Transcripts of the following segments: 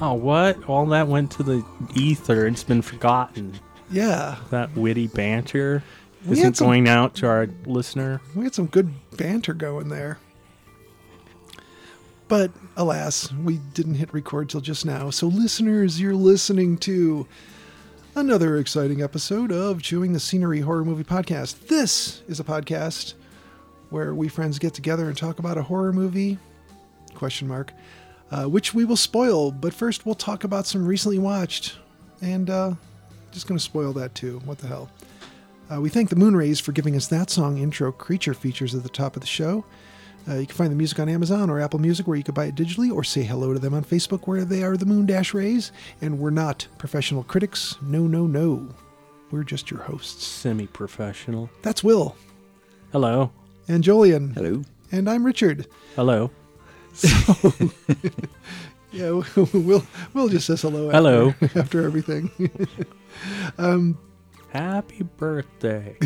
Oh, what? All that went to the ether. It's been forgotten. Yeah, That witty banter We had isn't some- going out to our listener. we had some good banter going there. But alas, we didn't hit record till just now. So, listeners, you're listening to another exciting episode of Chewing the Scenery Horror Movie Podcast. This is a podcast where we friends get together and talk about a horror movie question mark, uh, which we will spoil. But first, we'll talk about some recently watched, and uh, just going to spoil that too. What the hell? Uh, we thank the Moonrays for giving us that song intro creature features at the top of the show. Uh, you can find the music on Amazon or Apple Music where you can buy it digitally or say hello to them on Facebook where they are the Moon Dash Rays. And we're not professional critics. No, no, no. We're just your hosts. Semi professional. That's Will Hello. and Jolien. Hello. And I'm Richard. Hello. Yeah, Will, Will just says hello after, Hello. after everything. Happy birthday.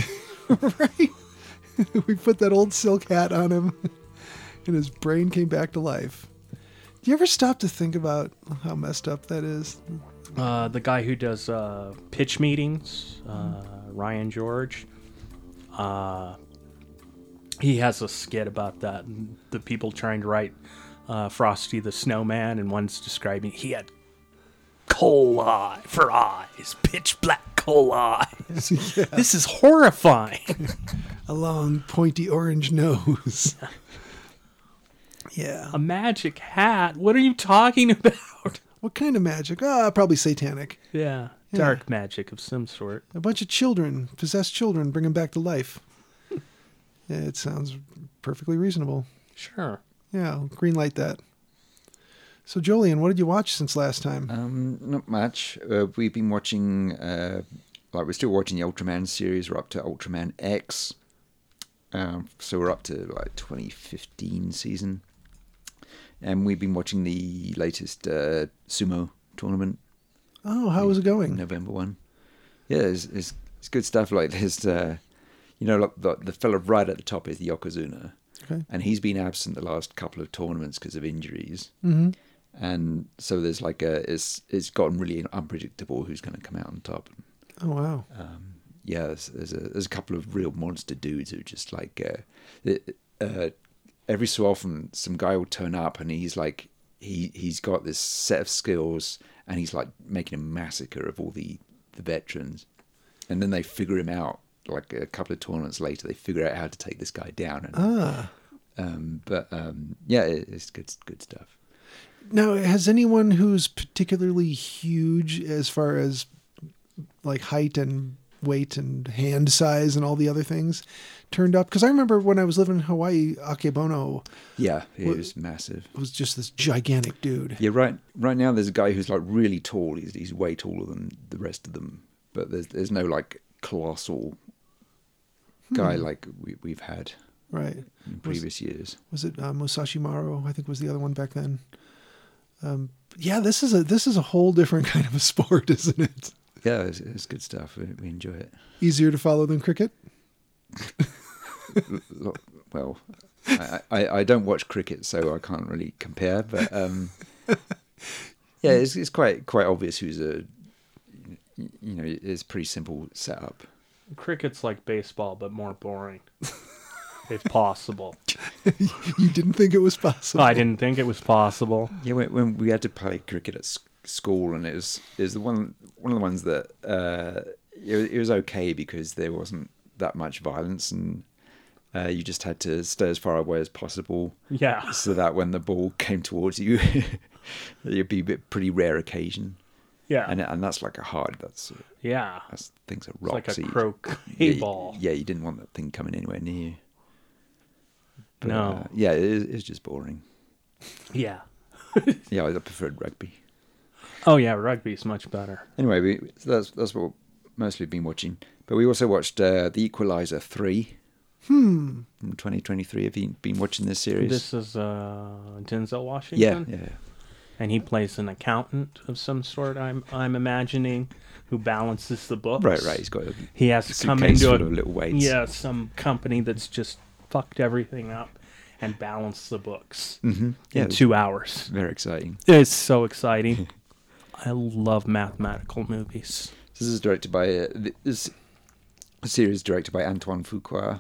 we put that old silk hat on him and his brain came back to life. Do you ever stop to think about how messed up that is? uh, the guy who does uh, pitch meetings, uh, Ryan George. Uh, he has a skit about that. and The people trying to write uh, Frosty the Snowman, and one's describing he had coal eye for eyes, pitch black coal eyes. This is horrifying. A long, pointy orange nose. yeah. a magic hat. What are you talking about? What kind of magic? Ah, probably satanic. Yeah, dark magic of some sort. A bunch of children, possessed children, bring them back to life. Yeah, it sounds perfectly reasonable. Sure. Yeah, I'll green light that. So, Jolien, what did you watch since last time? Um, not much. Uh, we've been watching, uh, like, we're still watching the Ultraman series. We're up to Ultraman X. Um, so we're up to, like, 2015 season. And we've been watching the latest uh, sumo tournament, Oh, how was it going? November one. Yeah, it's, it's, it's good stuff. Like, there's, uh, you know, like, the, the fella right at the top is Yokozuna. Okay. And he's been absent the last couple of tournaments because of injuries. Mm-hmm. and so there's like a it's it's gotten really unpredictable who's going to come out on top. Oh, wow. Um, yeah, there's there's a, there's a couple of real monster dudes who just like uh, it- uh, every so often some guy will turn up and he's like he he's got this set of skills and he's like making a massacre of all the the veterans, and then they figure him out like a couple of tournaments later they figure out how to take this guy down and Ah. um but um yeah it, it's good good stuff Now, has anyone who's particularly huge as far as like height and weight and hand size and all the other things turned up? Because I remember when I was living in Hawaii, Akebono yeah it Well- was massive was just this gigantic dude. Yeah, right. Right now, there's a guy who's like really tall. He's he's way taller than the rest of them. But there's there's no like colossal guy like we we've had Right. in previous years. Was it uh, Musashi Maru? I think was the other one back then. Um, but yeah, this is a this is a whole different kind of a sport, isn't it? Yeah, it's, it's good stuff. We, we enjoy it. Easier to follow than cricket. Lo- Well, I, I I don't watch cricket, so I can't really compare. But um, yeah, it's it's quite quite obvious who's a you know it's pretty simple setup. Cricket's like baseball, but more boring. if possible. You didn't think it was possible. I didn't think it was possible. Yeah, when, when we had to play cricket at s- school, and it was it was the one one of the ones that uh, it, was- it was okay because there wasn't that much violence, and Uh, you just had to stay as far away as possible Yeah. so that when the ball came towards you, it'd be a bit, pretty rare occasion. Yeah. And and that's like a hard. That's yeah. that's things are It's rocks. like a so you- croquet you- ball. Yeah, you didn't want that thing coming anywhere near you. no. Uh, yeah, it is, it's just boring. yeah. Yeah, I preferred rugby. Oh yeah, rugby's much better. Anyway, we, so that's that's what mostly been watching. But we also watched uh, The Equalizer three. Hmm. From 2023, have you been watching this series? This is uh, Denzel yeah, Washington, yeah. and he plays an accountant of some sort. I'm I'm imagining who balances the books. Right, right. He's got a He has to come suitcase into full a, of little weights. yeah some company that's just fucked everything up and balance the books hmm yeah. in two hours. very exciting. It's so exciting. I love mathematical movies. So this is directed by uh, th- this series directed by Antoine Fuqua.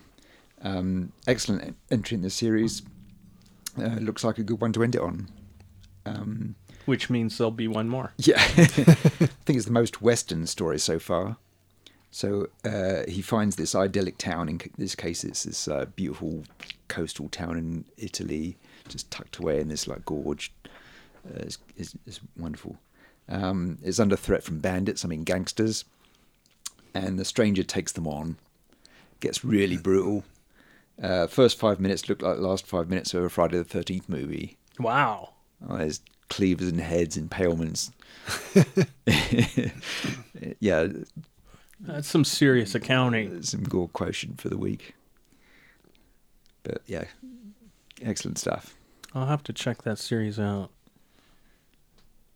Um, excellent en- entry in this series. Uh, looks like a good one to end it on. Um, Which means there'll be one more. Yeah, I think it's the most Western story so far. So uh, he finds this idyllic town. In c- this case, it's this uh, beautiful coastal town in Italy, just tucked away in this like gorge. Uh, it's, it's, it's wonderful. Um, it's under threat from bandits. I mean, gangsters. And the stranger takes them on. Gets really brutal. Uh, first five minutes look like the last five minutes of a Friday the Thirteenth movie. Wow. Oh, there's cleavers and heads, impalements. yeah, That's some serious accounting. some gore quotient for the week. But yeah, excellent stuff. I'll have to check that series out.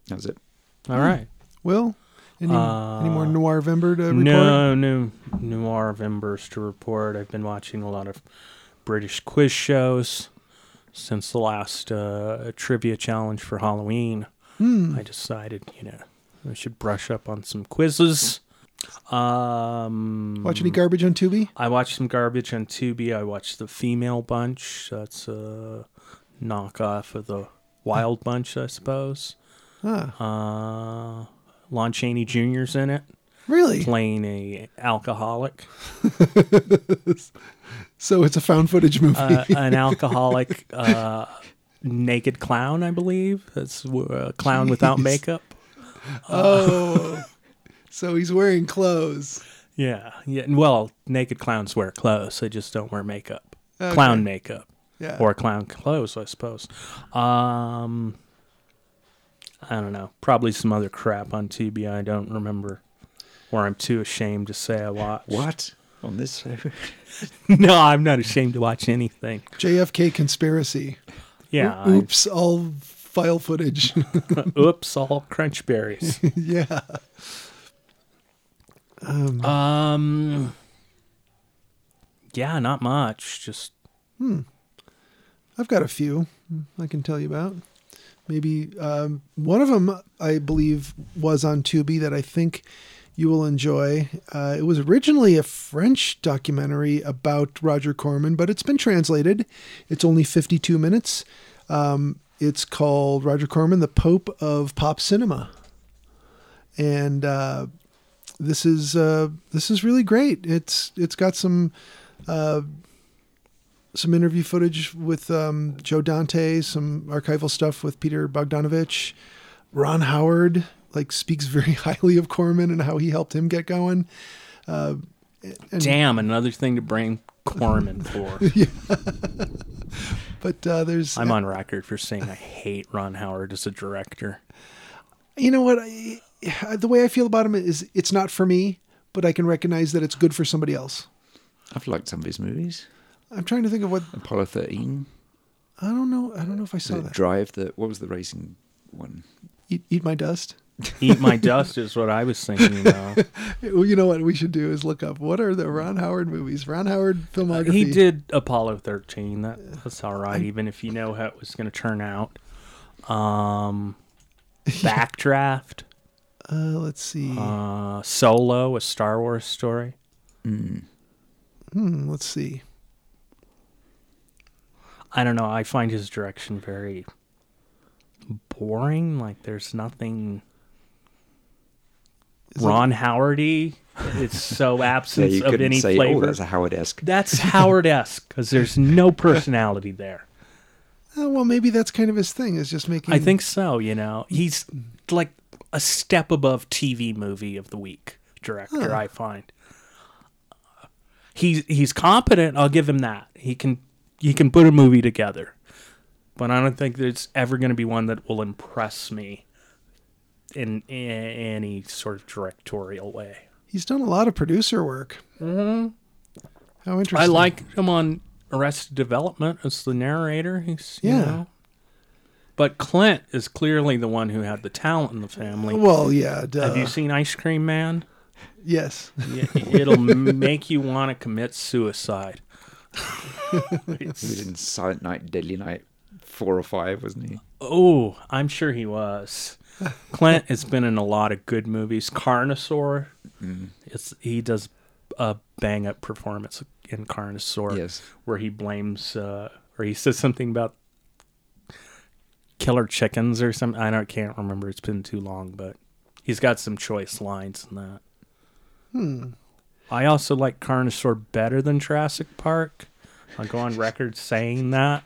That was it. Hmm. All right. Will, any, any more Noir Vember to report? Uh, No, no noir members to report. I've been watching a lot of British quiz shows since the last uh, trivia challenge for Halloween. Hmm. I decided, you know, I should brush up on some quizzes. Um, Watch any garbage on Tubi? I watched some garbage on Tubi. I watched the Female Bunch. That's a knockoff of the Wild Bunch, I suppose. Ah, Uh, Lon Chaney Jr.'s in it, really? playing a alcoholic, So it's a found footage movie. uh, an alcoholic uh, naked clown, I believe. That's w- a clown without makeup. oh, so he's wearing clothes. Yeah, yeah. Well, naked clowns wear clothes. They just don't wear makeup. Okay. Clown makeup. Yeah. or clown clothes, I suppose. Um, I don't know. Probably some other crap on TBI. I don't remember, or I'm too ashamed to say I watched. What on this show? no, I'm not ashamed to watch anything. JFK conspiracy. Yeah. I- Oops, all file footage. oops, all crunch berries. yeah. um. Yeah, not much. Just I've got a few I can tell you about. Maybe um, one of them, I believe, was on Tubi that I think you will enjoy. Uh, it was originally a French documentary about Roger Corman, but it's been translated. It's only 52 minutes. Um, it's called Roger Corman, the Pope of Pop Cinema. And uh, this is uh, this is really great. It's it's got some some interview footage with um, Joe Dante, some archival stuff with Peter Bogdanovich. Ron Howard like speaks very highly of Corman and how he helped him get going. damn another thing to bring Corman for. But uh, there's I'm on record for saying I hate Ron Howard as a director. you know what I, the way I feel about him is it's not for me, but I can recognize that it's good for somebody else. I've liked some of his movies. I'm trying to think of what Apollo thirteen, I don't know. I don't know if I saw the Oh, that. Drive. The what was the racing one? Eat, eat my dust. Eat my dust is what I was thinking. Though. Well, you know what we should do is look up what are the Ron Howard movies. Ron Howard filmography. He did Apollo 13. That, that's all right, even if you know how it was going to turn out. Um, Backdraft, Uh, let's see. uh, Solo, a Star Wars story. hmm, let's see. I don't know. I find his direction very boring. Like, there's nothing Ron Howardy. It's so Yeah, absence you of couldn't any say, flavor. "Oh, that's a Howard-esque." That's Howard esque because there's no personality there. Oh, well, maybe that's kind of his thing is just making. I think so. You know, he's like a step above TV movie of the week director. I find he's he's competent. I'll give him that. He can he can put a movie together, but I don't think there's ever going to be one that will impress me in, in any sort of directorial way. he's done a lot of producer work. Mm-hmm. How interesting! I like him on Arrested Development as the narrator. He's you Yeah. know. But Clint is clearly the one who had the talent in the family. Well, yeah. Duh. Have you seen Ice Cream Man? Yes. Y- It'll make you want to commit suicide. He was in Silent Night, Deadly Night, four or five, wasn't he? Oh, I'm sure he was. Clint has been in a lot of good movies. Carnosaur, Mm. it's he does a bang up performance in Carnosaur, Yes. where he blames uh, or he says something about killer chickens or something. I don't can't remember. It's been too long, but he's got some choice lines in that. Hmm. I also like Carnosaur better than Jurassic Park. I'll go on record saying that.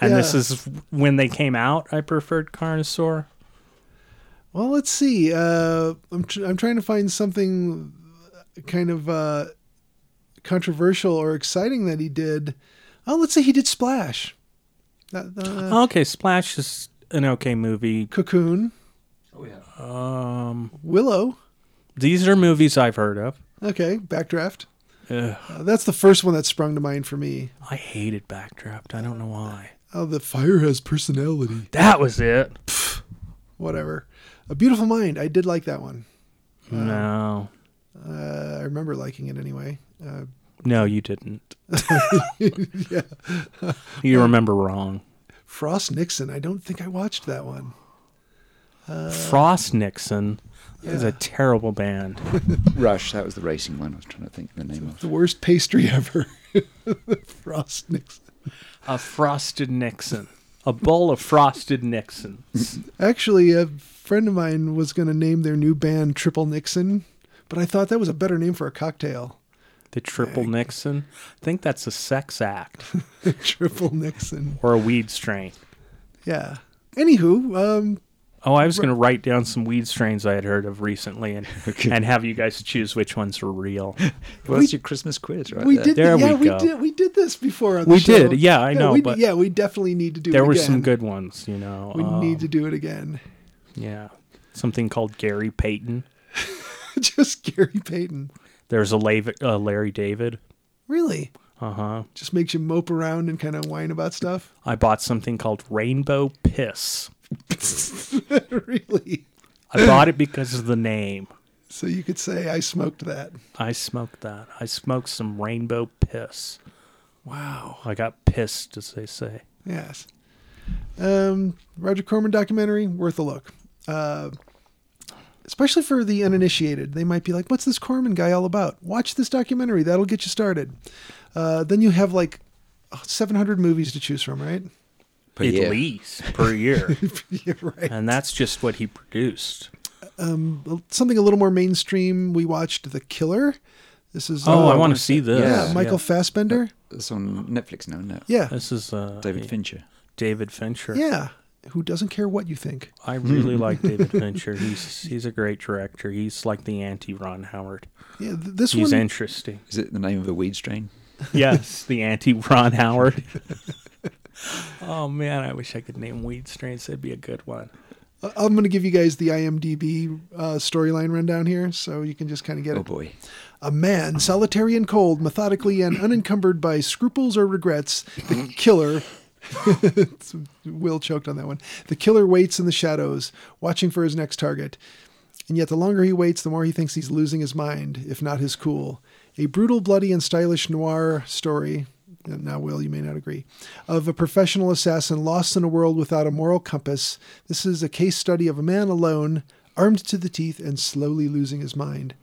And this Yeah. is when they came out. I preferred Carnosaur. Well, let's see. Uh, I'm tr- I'm trying to find something kind of uh, controversial or exciting that he did. Oh, let's say he did Splash. That, uh, Okay, Splash is an okay movie. Cocoon. Oh yeah. Um, Willow. These are movies I've heard of. Okay, Backdraft. Ugh, Uh, that's the first one that sprung to mind for me. I hated Backdraft. I don't know why. Oh, the fire has personality. That was it. Whatever. A Beautiful Mind. I did like that one. Mm. No, Uh, I remember liking it anyway. Uh, no, you didn't. you remember wrong. Frost Nixon. I don't think I watched that one. Frost Nixon is a terrible band. Rush, that was the racing one. I was trying to think of the name of. The worst pastry ever. Frost Nixon. a frosted Nixon. A bowl of frosted Nixons. Actually, a friend of mine was going to name their new band Triple Nixon, but I thought that was a better name for a cocktail. The triple Nixon. I think that's a sex act Triple Nixon. or a weed strain. Yeah. Anywho, um, Oh, I was going to write down some weed strains I had heard of recently, and Okay. and have you guys choose which ones were real. Well, that's your Christmas quiz, right? we there. did. Uh, There yeah, we we, go. did. We did this before. On the We show. did, yeah, I know, We, but- yeah, we definitely need to do. There it were again. some good ones, you know. We uh, need to do it again. yeah, something called Gary Payton. Just Gary Payton. There's a Lav- uh, Larry David. Really? Uh huh. Just makes you mope around and kind of whine about stuff. I bought something called Rainbow Piss. really? I bought it because of the name. So you could say I smoked that. I smoked that. I smoked some Rainbow Piss. Wow. I got pissed, as they say. Yes. Um, Roger Corman documentary worth a look. Uh, especially for the uninitiated, they might be like, "What's this Corman guy all about?" Watch this documentary. That'll get you started. Uh, then you have like 700 movies to choose from, right? Per At year. least per year, yeah, right. and that's just what he produced. something a little more mainstream. We watched The Killer. This is Oh, uh, I want to see this. yeah, yeah. Michael Fassbender. It's on Netflix now, isn't it? Yeah, This is uh, David Fincher. David Fincher. yeah. Who doesn't care what you think? I really like David Fincher. He's he's a great director. He's like the anti Ron Howard. Yeah, th- this He's one. interesting. Is it the name of the weed strain? Yes, the anti Ron Howard. oh man, I wish I could name weed strains. That'd be a good one. I- uh, I'm going to give you guys the IMDb uh, storyline rundown here, so you can just kind of get Oh it. boy. A man, solitary and cold, methodically and unencumbered by scruples or regrets, the killer. Will choked on that one. The killer waits in the shadows, watching for his next target. And yet, the longer he waits, the more he thinks he's losing his mind, if not his cool. A brutal, bloody, and stylish noir story. and Now, Will, you may not agree. Of a professional assassin lost in a world without a moral compass. This is a case study of a man alone, armed to the teeth, and slowly losing his mind.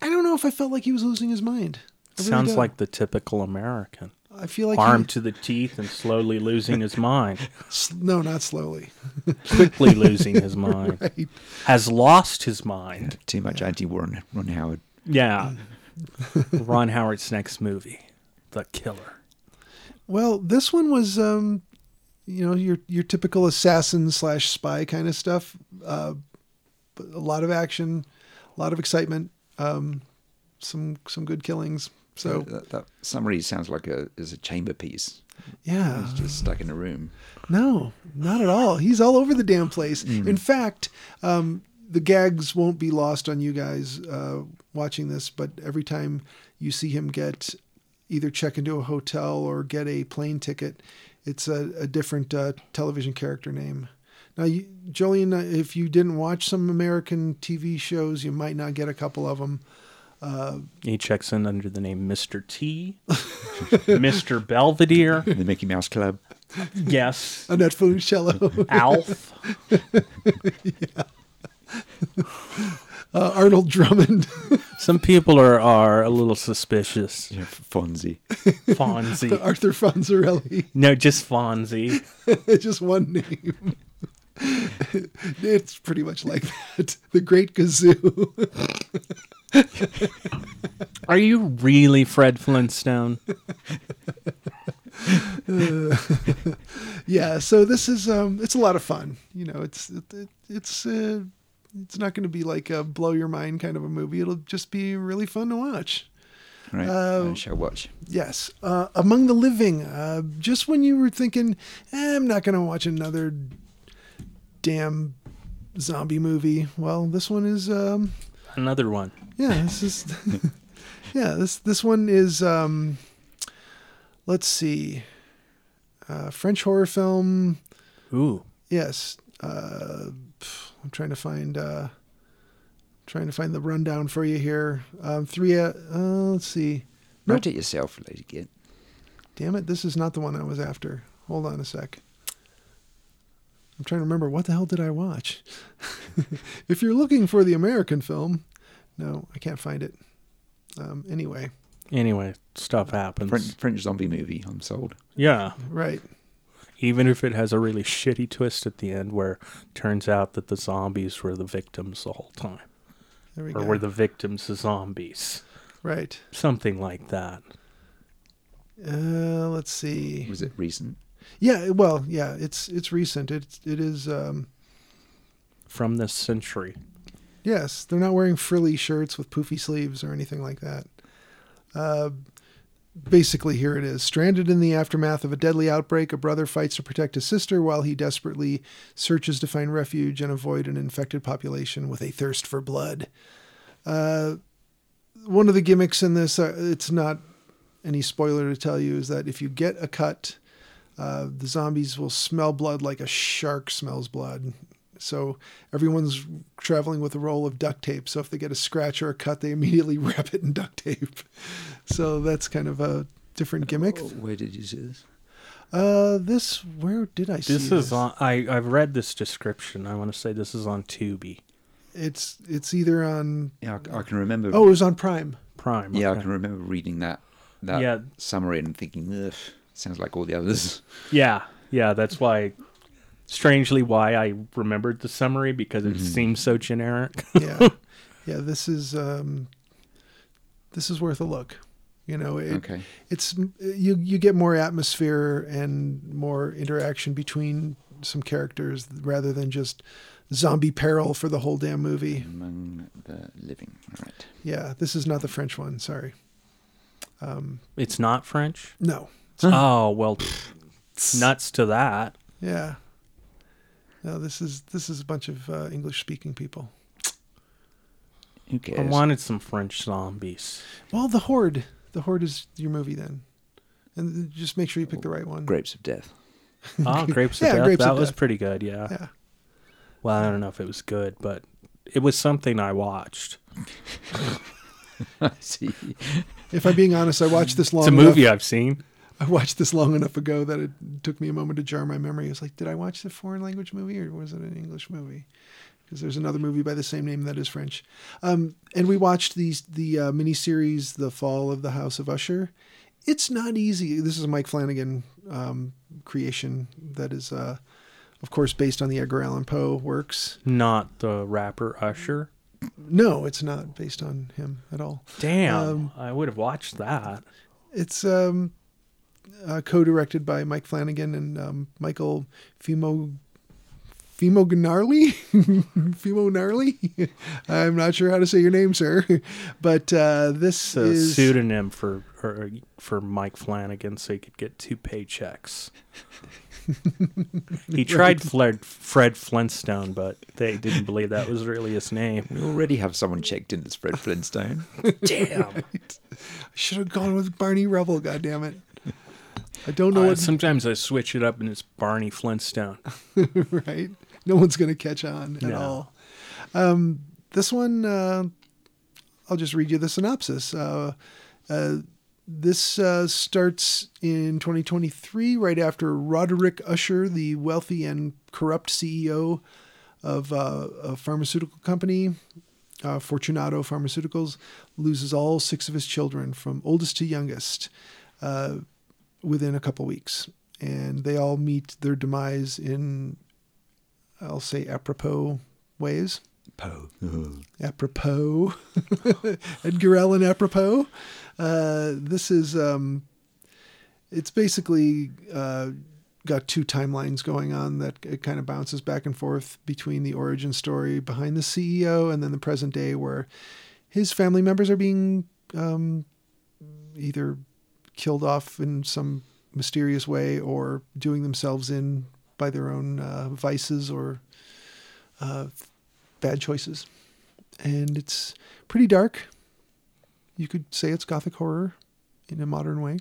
I don't know if I felt like he was losing his mind. I really Sounds don't. like the typical American. I feel like arm he- to the teeth and slowly losing his mind, s- no, not slowly. quickly losing his mind, Right. has lost his mind. Too much anti Warren Ron Howard. Yeah. Ron Howard's next movie, The Killer. Well, this one was, um, you know, your your typical assassin slash spy kind of stuff. Uh, but a lot of action, a lot of excitement, um, some some good killings. So That, that summary sounds like a is a chamber piece. yeah, It's just stuck in a room. no, not at all. He's all over the damn place. In fact, um, the gags won't be lost on you guys uh, watching this. But every time you see him get either check into a hotel or get a plane ticket, it's a, a different uh, television character name. Now, you, Julian, uh, if you didn't watch some American TV shows, you might not get a couple of them. He checks in under the name Mr. T, Mr. Belvedere, The Mickey Mouse Club. yes, Annette Funicello, Alf, uh, Arnold Drummond. Some people are, are a little suspicious. Yeah, F- Fonzie. Fonzie. Arthur Fonzarelli. No, just Fonzie. It's just one name. it's pretty much like that. The Great Gazoo. Are you really Fred Flintstone? yeah. So this is um, it's a lot of fun. You know, it's it, it, it's uh, it's not going to be like a blow your mind kind of a movie. It'll just be really fun to watch. Right. Uh, I shall watch. Yes. Uh, Among the Living. Uh, just when you were thinking, eh, I'm not going to watch another damn zombie movie. Well, this one is. Um, Another one. yeah this is yeah this this one is um let's see uh french horror film Ooh. yes uh pff, i'm trying to find uh trying to find the rundown for you here um three uh, uh let's see Write it yourself, Lady Git. damn it this is not the one i was after hold on a sec i'm trying to remember what the hell did i watch if you're looking for the american film no i can't find it um anyway Anyway, stuff happens. French, French zombie movie. I'm sold. Yeah. right Even if it has a really shitty twist at the end where it turns out that the zombies were the victims the whole time. There we Or go. were the victims the zombies. right. Something like that. Uh, let's see. Was it recent? Yeah. Well, yeah. It's it's recent. It's it is. Um, From this century. yes, they're not wearing frilly shirts with poofy sleeves or anything like that. Uh, basically, here it is. Stranded in the aftermath of a deadly outbreak, a brother fights to protect his sister while he desperately searches to find refuge and avoid an infected population with a thirst for blood. Uh, one of the gimmicks in this, uh, it's not any spoiler to tell you, is that if you get a cut, uh, the zombies will smell blood like a shark smells blood. So everyone's traveling with a roll of duct tape. So if they get a scratch or a cut, they immediately wrap it in duct tape. So that's kind of a different gimmick. Oh, where did you see this? Uh, this where did I see This is on I, I've read this description. I want to say this is on Tubi. It's it's either on. Yeah, I, I can remember. Oh, it was on Prime. Prime. yeah, I okay. can remember reading that that Yeah. summary and thinking, ugh, sounds like all the others. Yeah, yeah, that's why. Strangely, why I remembered the summary because Mm-hmm. it seems so generic. Yeah, yeah. This is um, this is worth a look. You know, it, okay. it's you you get more atmosphere and more interaction between some characters rather than just zombie peril for the whole damn movie. Mm-hmm. Among the living. All right. Yeah, this is not the French one. Sorry, It's not French. no. Oh well, nuts to that. Yeah. No, this is this is a bunch of uh, English speaking people. Who cares? I wanted some French zombies. Well, the Horde. The Horde is your movie then, and just make sure you pick the right one. Grapes of death. Oh, grapes of Yeah, death. Grapes that of was Death. pretty good. Yeah. Yeah. Well, I don't know if it was good, but it was something I watched. I see. If I'm being honest, I watched this long. It's a movie Enough, I've seen. I watched this long enough ago that it took me a moment to jar my memory. It was like, did I watch the foreign language movie or was it an English movie? Because there's another movie by the same name that is French. Um, and we watched these the uh, miniseries, The Fall of the House of Usher. it's not easy. This is a Mike Flanagan um, creation that is, uh, of course, based on the Edgar Allan Poe works. Not the rapper Usher. No, it's not based on him at all. Damn, Um, I would have watched that. It's um, uh, co-directed by Mike Flanagan and um, Michael Fimo Fimo Gnarly Fimo Gnarly. I'm not sure how to say your name, sir, but uh, this It's a is pseudonym for or, uh, for Mike Flanagan, so he could get two paychecks. he tried Fred, Fred Flintstone, but they didn't believe that was really his name. We already have someone checked in that's Fred Flintstone. Damn. I should have gone with Barney Rubble. God damn it! I don't know Uh, what sometimes I switch it up and it's Barney Flintstone. right? No one's going to catch on at No. all. Um, this one, uh, I'll just read you the synopsis. Uh, uh, this uh, starts in 2023, right after Roderick Usher, the wealthy and corrupt CEO of uh, a pharmaceutical company, uh, Fortunato Pharmaceuticals, loses all six of his children, from oldest to youngest uh, within a couple weeks, and they all meet their demise in, I'll say, apropos ways. Poe. Apropos, Edgar Allan apropos. Uh, this is um, it's basically uh, got two timelines going on that it kind of bounces back and forth between the origin story behind the CEO and then the present day where his family members are being um, either killed off in some mysterious way or doing themselves in by their own uh, vices or uh, bad choices. And it's pretty dark. You could say it's gothic horror in a modern way.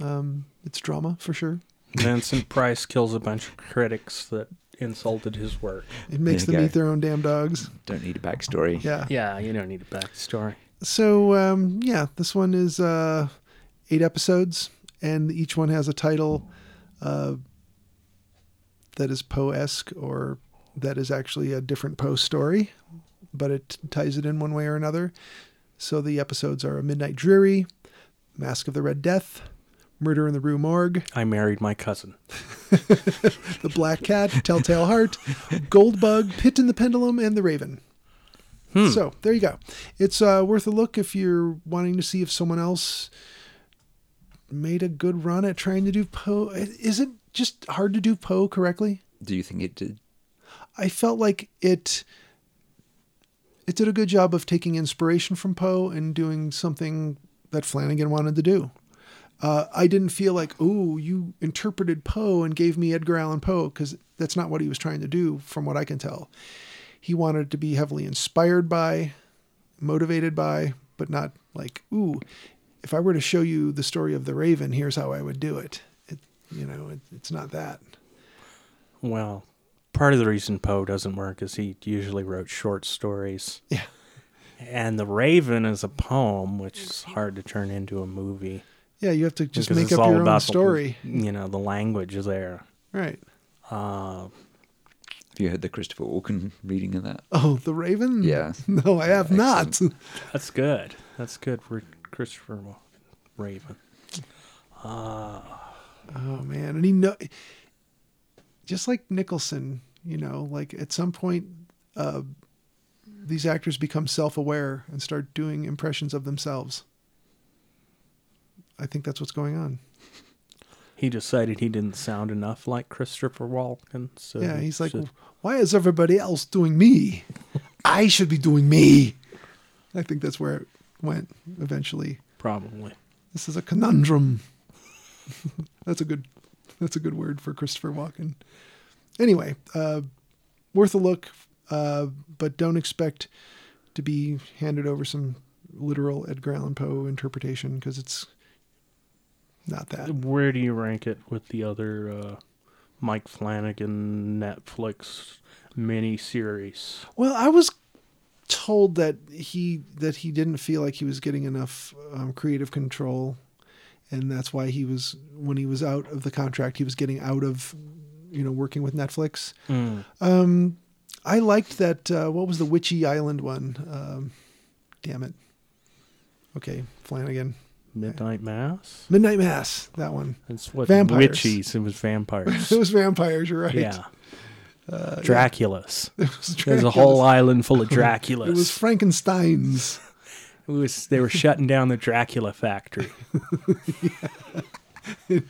Um, it's drama for sure. Vincent Price kills a bunch of critics that insulted his work. It makes There you them go. eat their own damn dogs. Don't need a backstory. Yeah. Yeah, you don't need a backstory. So um, yeah, this one is uh, eight episodes, and each one has a title uh, that is Poe-esque or that is actually a different Poe story, but it ties it in one way or another. So the episodes are Midnight Dreary, Mask of the Red Death, Murder in the Rue Morgue, I married my cousin. The Black Cat, Telltale Heart, Goldbug, Pit in the Pendulum, and The Raven. So there you go. It's uh, worth a look if you're wanting to see if someone else made a good run at trying to do Poe. Is it just hard to do Poe correctly? Do you think it did? I felt like it. It did a good job of taking inspiration from Poe and doing something that Flanagan wanted to do. Uh, I didn't feel like, oh, you interpreted Poe and gave me Edgar Allan Poe because that's not what he was trying to do, from what I can tell. He wanted to be heavily inspired by, motivated by, but not like, ooh, if I were to show you the story of the Raven, here's how I would do it. it you know, it, it's not that. Well, part of the reason Poe doesn't work is he usually wrote short stories. Yeah. And The Raven is a poem, which is hard to turn into a movie. Yeah, you have to just because make it's up all your own about the- story. you know, the language is there. Right. Uh, Have you heard the Christopher Walken reading of that? Oh, the Raven? Yeah. No, I have not. that's good. That's good for Christopher Wa- Raven. Oh man, and he know just like Nicholson, you know, like at some point uh these actors become self-aware and start doing impressions of themselves. I think that's what's going on. He decided he didn't sound enough like Christopher Walken. So yeah, he he's like, said- "Why is everybody else doing me? I should be doing me." I think that's where it went eventually. probably. This is a conundrum. that's a good that's a good word for Christopher Walken. Anyway, uh, worth a look, uh, but don't expect to be handed over some literal Edgar Allan Poe interpretation because it's not that. Where do you rank it with the other uh, Mike Flanagan Netflix miniseries? Well, I was told that he that he didn't feel like he was getting enough um, creative control, and that's why he was when he was out of the contract, he was getting out of you know working with Netflix. Mm. Um, I liked that. Uh, what was the Witchy Island one? Um, damn it. Okay, Flanagan. Midnight Mass. Midnight Mass, that one. That's what Vampires. witches. It was vampires. It was vampires, you're right. yeah. Draculas. It was There's a whole island full of Draculas. It was Frankenstein's. It was- they were shutting down the Dracula factory, And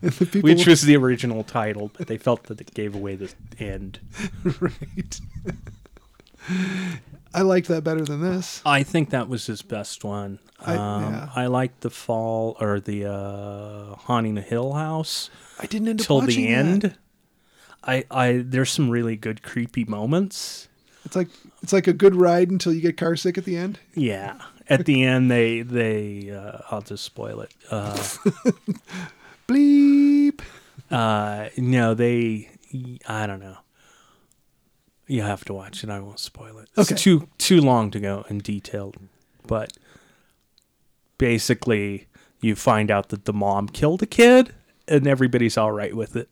the people which was the original title, but they felt that it gave away the end. right. I liked that better than this. I think that was his best one. I- I, um, yeah. I liked the fall or the uh, haunting the Hill House I didn't end up till watching the that. end. I, I there's some really good creepy moments. It's like it's like a good ride until you get car sick at the end. Yeah, at the end they they uh, I'll just spoil it. Uh, Bleep. uh, no, they I don't know. You have to watch it. I won't spoil it. It's Okay. too too long to go in detail, but basically you find out that the mom killed a kid, and everybody's all right with it.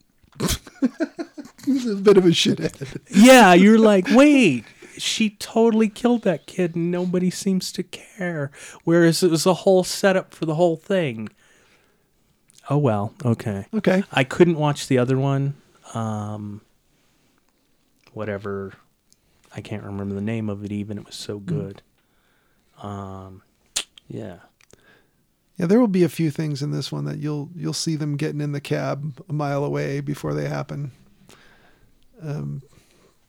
He's a bit of a shithead. Yeah, you're like, wait, she totally killed that kid, and nobody seems to care. Whereas it was a whole setup for the whole thing. Oh well, okay. Okay. I couldn't watch the other one. Um, whatever. I can't remember the name of it even. It was so good. Um, yeah. Yeah, there will be a few things in this one that you'll you'll see them getting in the cab a mile away before they happen. Um,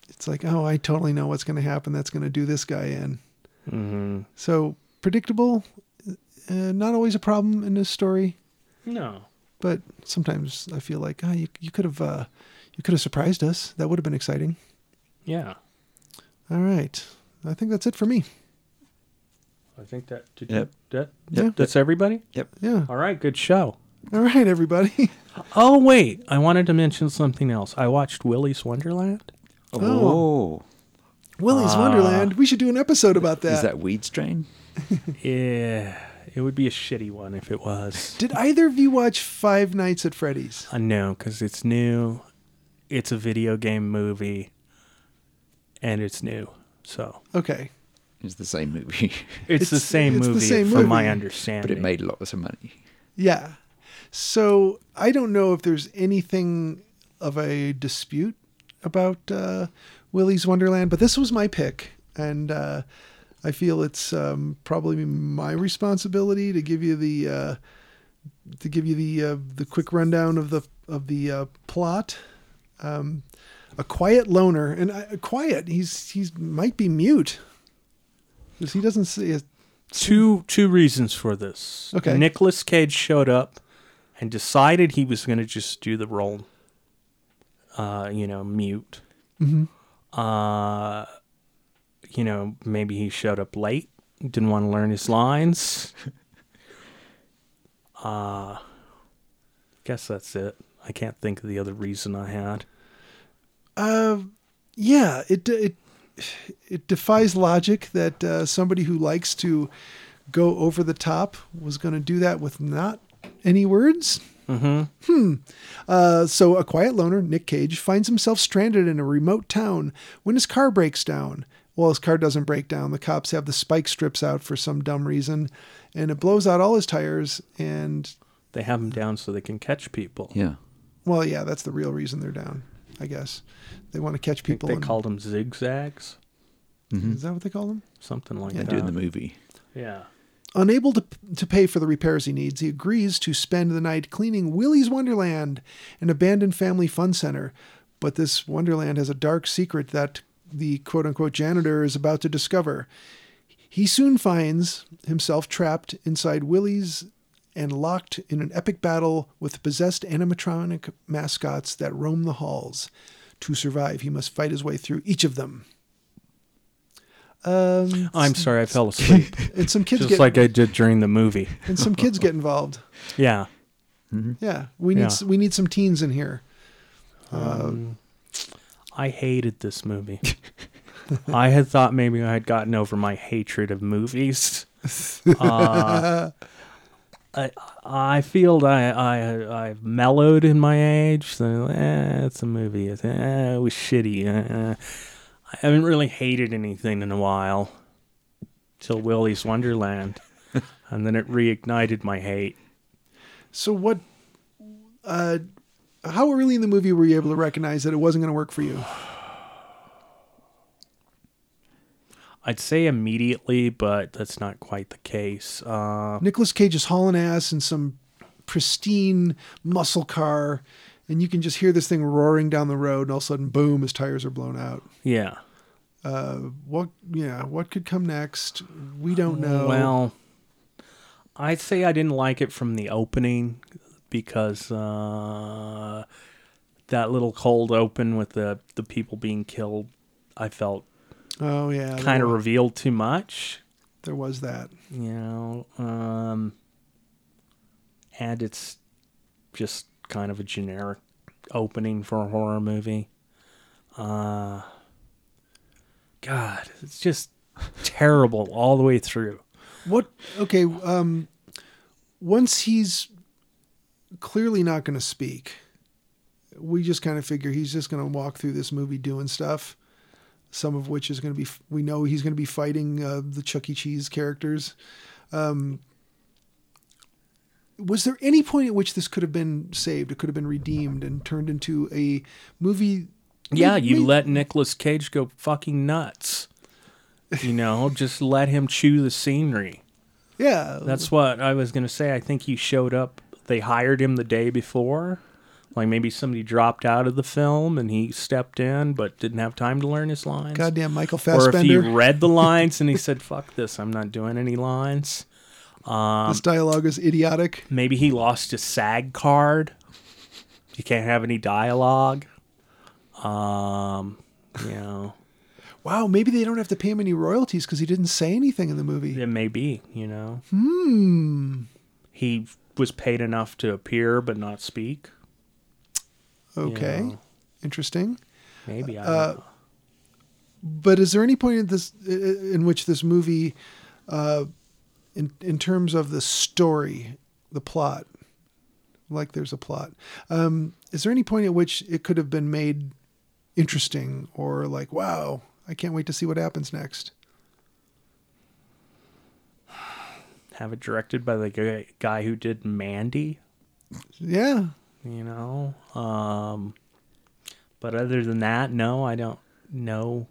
it's like, oh, I totally know what's going to happen. That's going to do this guy in. Mm-hmm. So predictable, uh, not always a problem in this story, No. but sometimes I feel like, oh, you you could have uh, you could have surprised us. That would have been exciting. Yeah. All right, I think that's it for me. I think that. Did Yep. you, that Yeah. that's everybody. Yeah. All right. Good show. All right, everybody. Oh wait, I wanted to mention something else. I watched Willy's Wonderland. Oh. Oh. Willie's Ah. Wonderland. We should do an episode about that. Is that weed strain? Yeah, it would be a shitty one if it was. Did either of you watch Five Nights at Freddy's? I know because it's new. It's a video game movie, and it's new, so Okay. It's the same movie, it's, the It's- same it's the movie same from my movie, understanding. but it made lots of money. Yeah. So I don't know if there's anything of a dispute about uh, Willy's Wonderland, but this was my pick, and uh, I feel it's um, probably my responsibility to give you the uh, to give you the uh, the quick rundown of the of the uh, plot. Um, a quiet loner, and uh, quiet. He's he's might be mute. 'Cause He doesn't say. two two reasons for this. Okay. Nicholas Cage showed up and decided he was going to just do the role, uh, you know, mute. Mhm. Uh, you know, maybe he showed up late, didn't want to learn his lines. uh, guess that's it. I can't think of the other reason I had. Uh, yeah, it it it defies logic that uh, somebody who likes to go over the top was going to do that with not any words. Mm-hmm. Uh, so a quiet loner, Nick Cage, finds himself stranded in a remote town when his car breaks down. Well, his car doesn't break down. The cops have the spike strips out for some dumb reason, and it blows out all his tires. And They have him down so they can catch people. Yeah. well, yeah, that's the real reason they're down. I guess they want to catch people. They Mm-hmm. and- called them zigzags, is that what they call them? something like They that. do in the movie. yeah. Unable to, to pay for the repairs he needs, he agrees to spend the night cleaning Willy's Wonderland, an abandoned family fun center. But this Wonderland has a dark secret that the quote unquote janitor is about to discover. He soon finds himself trapped inside Willy's and locked in an epic battle with possessed animatronic mascots that roam the halls. To survive, he must fight his way through each of them. Um, I'm sorry, I fell asleep. and some kids just get like I did during the movie. and some kids get involved. Yeah. Yeah, we need Yeah. s we need some teens in here. Um, I hated this movie. I had thought maybe I had gotten over my hatred of movies. Uh, I I feel I I I've mellowed in my age. So eh, it's a movie. It's, eh, it was shitty. Eh, eh. I haven't really hated anything in a while. Till Willy's Wonderland. and then it reignited my hate. So what? Uh, how early in the movie were you able to recognize that it wasn't going to work for you? I'd say immediately, but that's not quite the case. Uh, Nicholas Cage is hauling ass in some pristine muscle car, and you can just hear this thing roaring down the road, and all of a sudden, boom! His tires are blown out. Uh, yeah. What? Yeah. What could come next? We don't know. Well, I'd say I didn't like it from the opening because uh, that little cold open with the, the people being killed, I felt oh yeah. kind there, of revealed too much. there was that. you know um and it's just kind of a generic opening for a horror movie uh god it's just terrible all the way through What? Okay. Um, once he's clearly not going to speak, we just kind of figure he's just going to walk through this movie doing stuff. Some of which is going to be, we know he's going to be fighting uh, the Chuck E. Cheese characters. Um, was there any point at which this could have been saved? It could have been redeemed and turned into a movie. yeah you Maybe- let Nicolas cage go fucking nuts you know just let him chew the scenery Yeah, that's what i was gonna say i think he showed up they hired him the day before like maybe somebody dropped out of the film and he stepped in but didn't have time to learn his lines goddamn Michael or if he Fassbender. read the lines and he said, "Fuck this, I'm not doing any lines." um, this dialogue is idiotic. Maybe he lost his SAG card. You can't have any dialogue. Um, you know, Wow, maybe they don't have to pay him any royalties because he didn't say anything in the movie. it may be. You know, hmm. He was paid enough to appear but not speak. Okay. Yeah. Interesting. Maybe I. Uh, don't know. But is there any point in this i- in which this movie, uh, in in terms of the story, the plot, like there's a plot, um, is there any point at which it could have been made interesting or like, wow, I can't wait to see what happens next? Have it directed by the guy- guy who did Mandy. Yeah, you know um but other than that no i don't know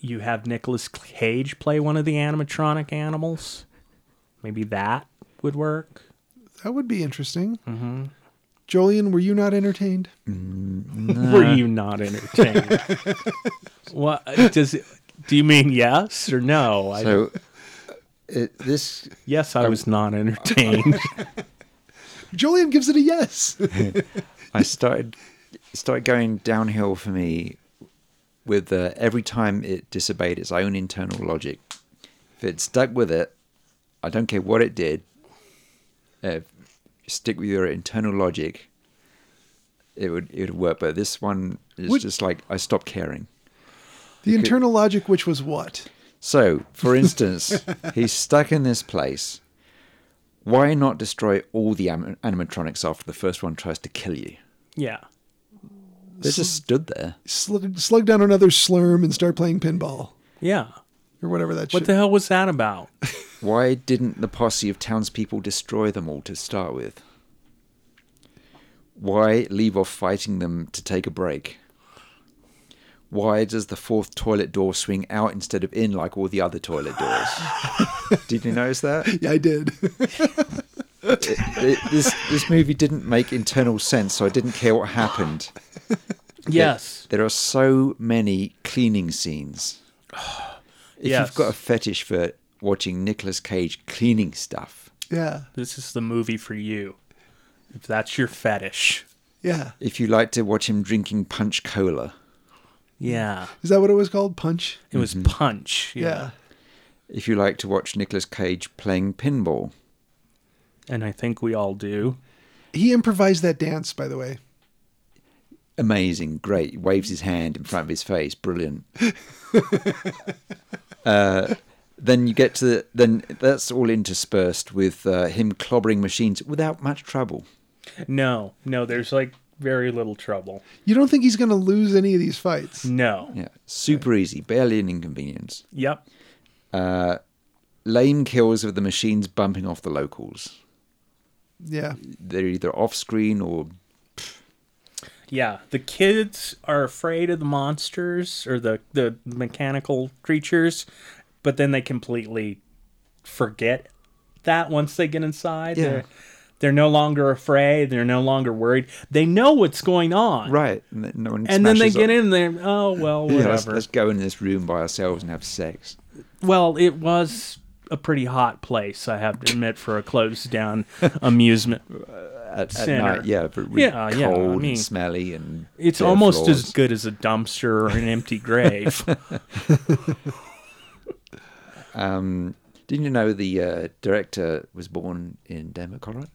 you have Nicolas cage play one of the animatronic animals maybe that would work that would be interesting. Mm-hmm. Jolien, were you not entertained? were you not entertained what does it, do you mean yes or no I, So uh, it, this yes i was not entertained Jolien gives it a yes. I started it started going downhill for me with uh, every time it disobeyed its own internal logic. If it stuck with it, I don't care what it did. Uh, stick with your internal logic. It would it would work, but this one is Would- just like I stopped caring. the internal logic, which was what? So, for instance, he's stuck in this place. Why not destroy all the anim- animatronics after the first one tries to kill you? yeah They just stood there. Slug, slug down another slurm and start playing pinball yeah or whatever that. what shit. the hell was that about Why didn't the posse of townspeople destroy them all to start with? Why leave off fighting them to take a break? Why does the fourth toilet door swing out instead of in like all the other toilet doors? Did you notice that? Yeah, I did. It- it- this this movie didn't make internal sense, so I didn't care what happened. yes There are so many cleaning scenes. If Yes. you've got a fetish for watching Nicolas Cage cleaning stuff, yeah, this is the movie for you if that's your fetish yeah. if you like to watch him drinking punch cola, yeah Is that what it was called? Punch. It Mm-hmm. was Punch. Yeah. Yeah. if you like to watch Nicolas Cage playing pinball, And I think we all do. He improvised that dance, by the way. amazing, great. He waves his hand in front of his face, brilliant. uh, then you get to the, then that's all interspersed with uh, him clobbering machines without much trouble. No, no, there's like very little trouble. You don't think he's going to lose any of these Mm. fights? No. Yeah, super easy, barely an inconvenience. Yep. lame kills of the machines bumping off the locals. Yeah. They're either off screen or Yeah, the kids are afraid of the monsters or the the mechanical creatures, but then they completely forget that once they get inside. Yeah. They're, they're no longer afraid. They're no longer worried. They know what's going on. right, and then no one. And then they smashes get up. in there. Oh well, Yeah, whatever. let's, let's go in this room by ourselves and have sex. Well, it was a pretty hot place, I have to admit, for a closed down amusement. At, at Center. night, yeah, but really Yeah, cold Uh, yeah, I mean, and smelly and It's bare almost as floors. good as a dumpster or an empty grave. Um, didn't you know the uh, director was born in Denver, Colorado?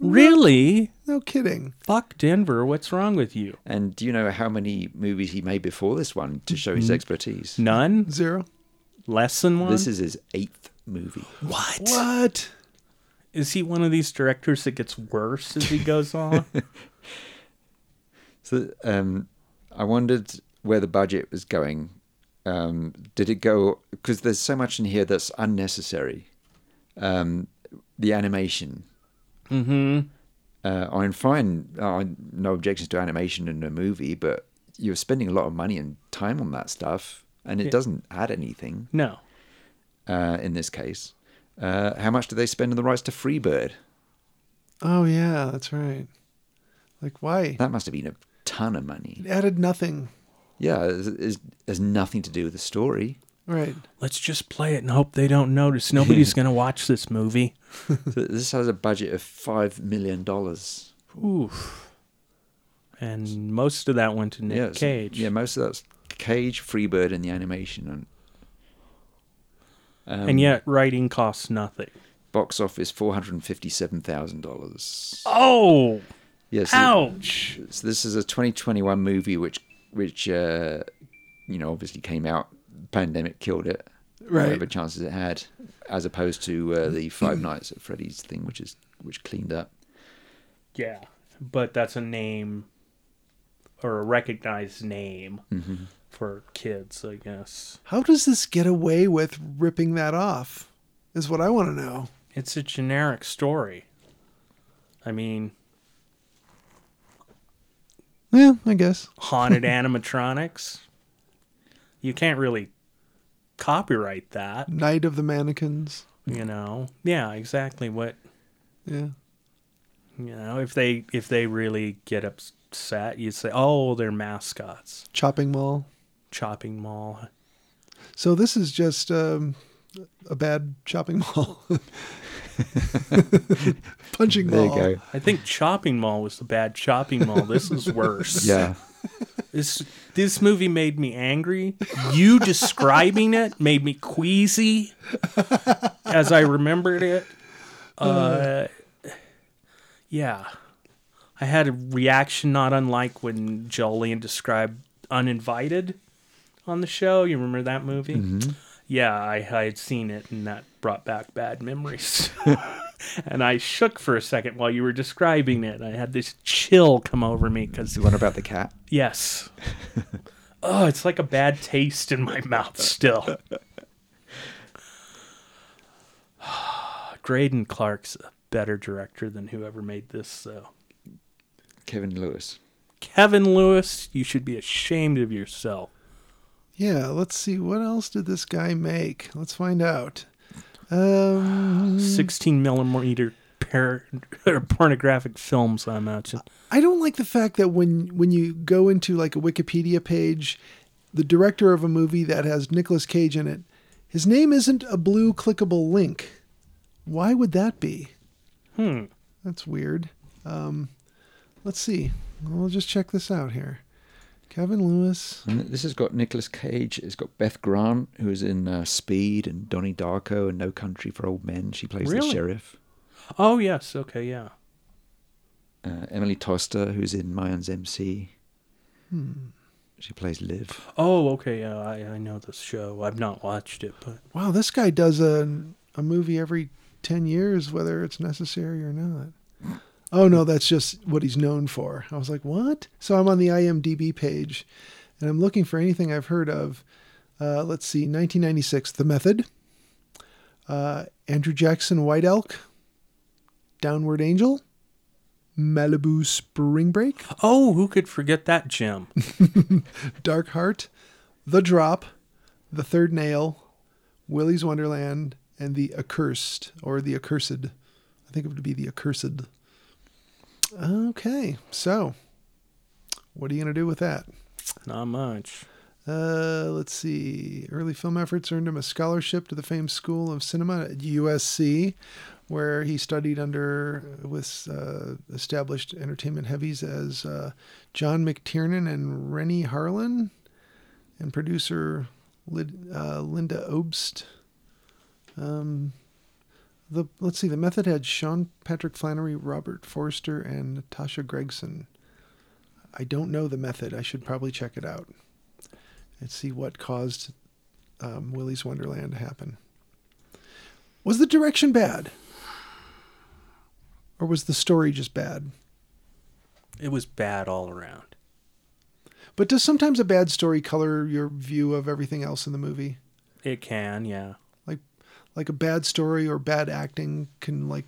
really? No kidding. Fuck Denver, what's wrong with you? And do you know how many movies he made before this one to show his expertise? None? Zero. Less than Mm. one? This is his eighth movie. what? What? Is he one of these directors that gets worse as he goes on? So um, I wondered where the budget was going. Um, did it go because there's so much in here that's unnecessary? Um, the animation. Mm-hmm. Uh, I'm fine. Uh, no objections to animation in a movie, but you're spending a lot of money and time on that stuff, and it doesn't add anything no. uh, in this case. Uh, how much do they spend on the rights to Freebird? Oh yeah, that's right. Like why? That must have been a ton of money. It added nothing. Yeah, it has nothing to do with the story. Right. Let's just play it and hope they don't notice. Nobody's going to watch this movie. So this has a budget of five million dollars. Oof. And most of that went to Nick Yeah, it's- Cage. Yeah, most of that's Cage, Freebird, and the animation. And and yet, writing costs nothing. box office four hundred and fifty-seven thousand dollars. Oh! Yes. Ouch! So this is a 2021 movie, which which uh, you know obviously came out. Pandemic killed it. Right. Whatever chances it had, as opposed to uh, the Five Nights at Freddy's thing, which is which cleaned up. Yeah, but that's a name or a recognized name for kids, I guess. How does this get away with ripping that off? Is what I want to know. It's a generic story. I mean, Yeah, I guess. haunted animatronics. You can't really copyright that, Night of the Mannequins. you know. Yeah, exactly what Yeah. you know, if they if they really get upset, you say, "Oh, they're mascots." Chopping Mall. Chopping mall. So this is just um, a bad chopping mall. Punching There mall. you go. I think Chopping Mall was the bad Chopping Mall. This is worse. Yeah. This this movie made me angry. You describing it made me queasy as I remembered it. Uh, yeah. I had a reaction not unlike when Jolene described Uninvited on the show. You remember that movie? Yeah, I, I had seen it and that brought back bad memories. and I shook for a second while you were describing it. I had this chill come over me because So what about the cat? Yes. oh, it's like a bad taste in my mouth still. Graydon Clark's a better director than whoever made this, though. Kevin Lewis. Kevin Lewis, you should be ashamed of yourself. Yeah, let's see. What else did this guy make? Let's find out. Mm. Um, 16 millimeter par- pornographic films, I imagine. I don't like the fact that when when you go into like a Wikipedia page, the director of a movie that has Nicolas Cage in it, his name isn't a blue clickable link. Why would that be? Hmm. That's weird. Um, let's see. We'll just check this out here. Kevin Lewis. And this has got Nicolas Cage. It's got Beth Grant, who is in uh, Speed and Donnie Darko and No Country for Old Men. She plays Really? the sheriff. Oh, yes. Okay, yeah. Uh, Emily Toster, who's in Mayans MC. Hmm. She plays Liv. Oh, okay, yeah. I, I know this show. I've not watched it, but Wow, this guy does a a movie every ten years, whether it's necessary or not. Oh no, that's just what he's known for. I was like, what? So I'm on the IMDb page, and I'm looking for anything I've heard of. Uh, let's see, 1996, The Method. Uh, Andrew Jackson White Elk, Downward Angel, Malibu Spring Break, Oh, who could forget that gem? Dark Heart, The Drop, The Third Nail, Willy's Wonderland, and The Accursed, or The Accursed. I think it would be The Accursed. Okay, so what are you going to do with that? Not much. Uh, let's see. Early film efforts earned him a scholarship to the famed School of Cinema at USC, where he studied under with uh, established entertainment heavies as uh, John McTiernan and Rennie Harlan, and producer Lid, uh, Linda Obst. Um, the let's see. The method had Sean Patrick Flannery, Robert Forster, and Natasha Gregson. I don't know the method. I should probably check it out and see what caused um, Willy's Wonderland to happen. Was the direction bad? Or was the story just bad? It was bad all around. But does sometimes a bad story color your view of everything else in the movie? It can, yeah. Like like a bad story or bad acting can like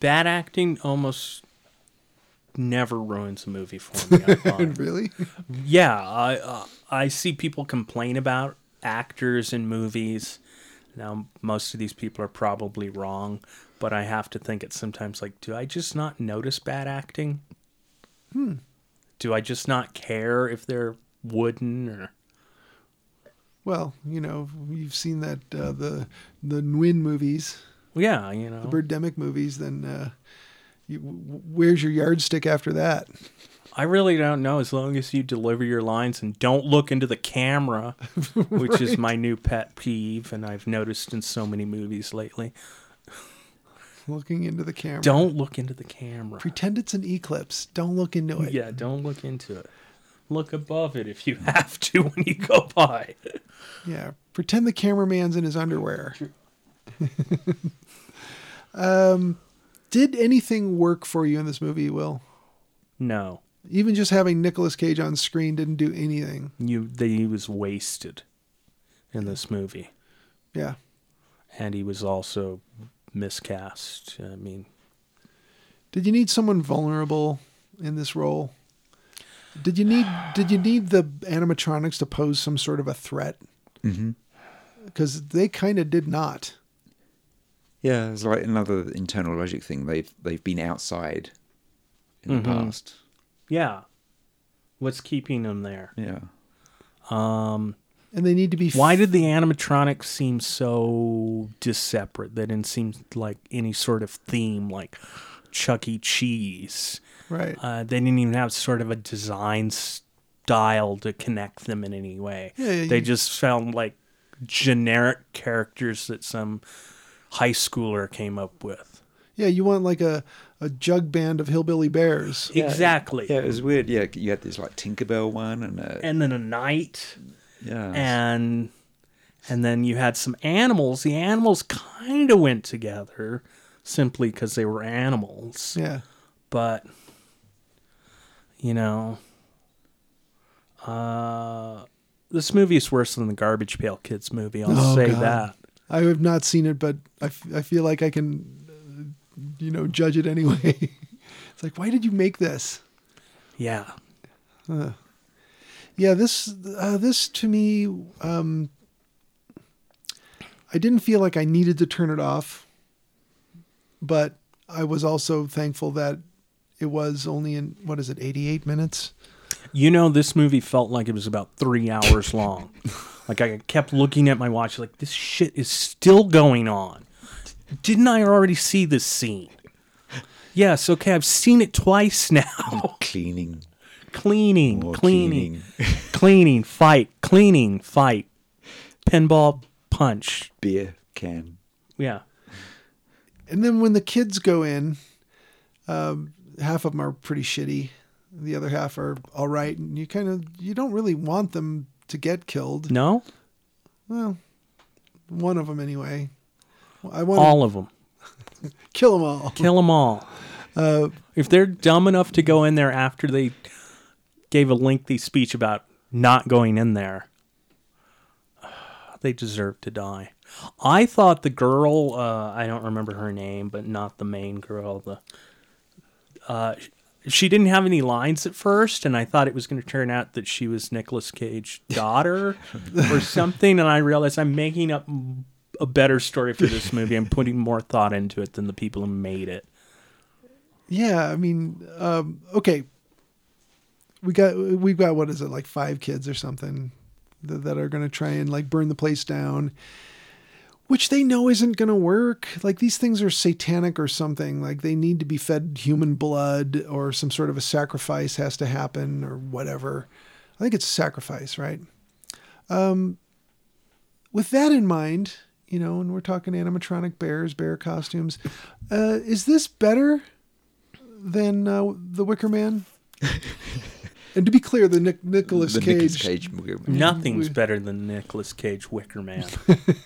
Bad acting almost never ruins a movie for me. I find. really? yeah, I uh, I see people complain about actors in movies. Now, most of these people are probably wrong, but I have to think it's sometimes like, do I just not notice bad acting? Hmm. Do I just not care if they're wooden or? well, you know, you've seen that uh, the the Nguyen movies, Yeah, you know. the Birdemic movies then uh, you, where's your yardstick after that? I really don't know. As long as you deliver your lines and don't look into the camera, which is my new pet peeve, and I've noticed in so many movies lately. Looking into the camera. Don't look into the camera. Pretend it's an eclipse. Don't look into it. Yeah, don't look into it. Look above it if you have to when you go by. Yeah. Pretend the cameraman's in his underwear. um, did anything work for you in this movie, Will? No, Even just having Nicolas Cage on screen didn't do anything. you. They, he was wasted in this movie, Yeah. and he was also miscast. I mean, Did you need someone vulnerable in this role? Did you need did you need the animatronics to pose some sort of a threat? Mm-hmm. Because mm-hmm. they kind of did not. Yeah, it's like another internal logic thing. They've they've been outside in the past. yeah. What's keeping him there? Yeah. And they need to be Why did the animatronics seem so disseparate? They didn't seem like any sort of theme, like Chuck E. Cheese. right? Uh, they didn't even have sort of a design style to connect them in any way. Yeah, yeah, they you- just found like generic characters that some high schooler came up with. yeah, you want like a a jug band of hillbilly bears. exactly. Yeah, it was weird. Yeah, you had this like Tinkerbell one and, uh, And then a knight, yeah. and and then you had some animals. The animals kind of went together simply because they were animals. Yeah. but you know uh this movie is worse than the garbage pail kids movie i'll Oh, say God. that I have not seen it, but I, f- I feel like I can, uh, you know, judge it anyway. it's like, why did you make this? yeah Yeah, this uh, this to me, um, I didn't feel like I needed to turn it off, but I was also thankful that it was only in what is it, eighty eight minutes? you know this movie felt like it was about three hours long like i kept looking at my watch like this shit is still going on didn't i already see this scene yes okay i've seen it twice now cleaning. cleaning More cleaning cleaning fight cleaning fight pinball punch Beer can. Yeah. And then when the kids go in, um, half of them are pretty shitty. The other half are all right, and you kind of you don't really want them to get killed. No? Well, one of them anyway. I want All of them. to kill them all. Kill them all. if they're dumb enough to go in there after they gave a lengthy speech about not going in there, they deserve to die. I thought the girl, uh, I don't remember her name, but not the main girl. The uh, she didn't have any lines at first, and I thought it was going to turn out that she was Nicolas Cage's daughter or something. And I realized I'm making up a better story for this movie. I'm putting more thought into it than the people who made it. Yeah, I mean, um, okay. We got we've got what is it like five kids or something that, that are going to try and like burn the place down, which they know isn't going to work. Like these things are satanic or something. Like they need to be fed human blood or some sort of a sacrifice has to happen or whatever. I think it's a sacrifice, right? Um, with that in mind, you know, and we're talking animatronic bears, bear costumes. Uh, is this better than uh, the Wicker Man. and to be clear, the Nic- Nicholas the Cage, Nicolas Cage movie. Nothing's better than Nicolas Cage Wicker Man.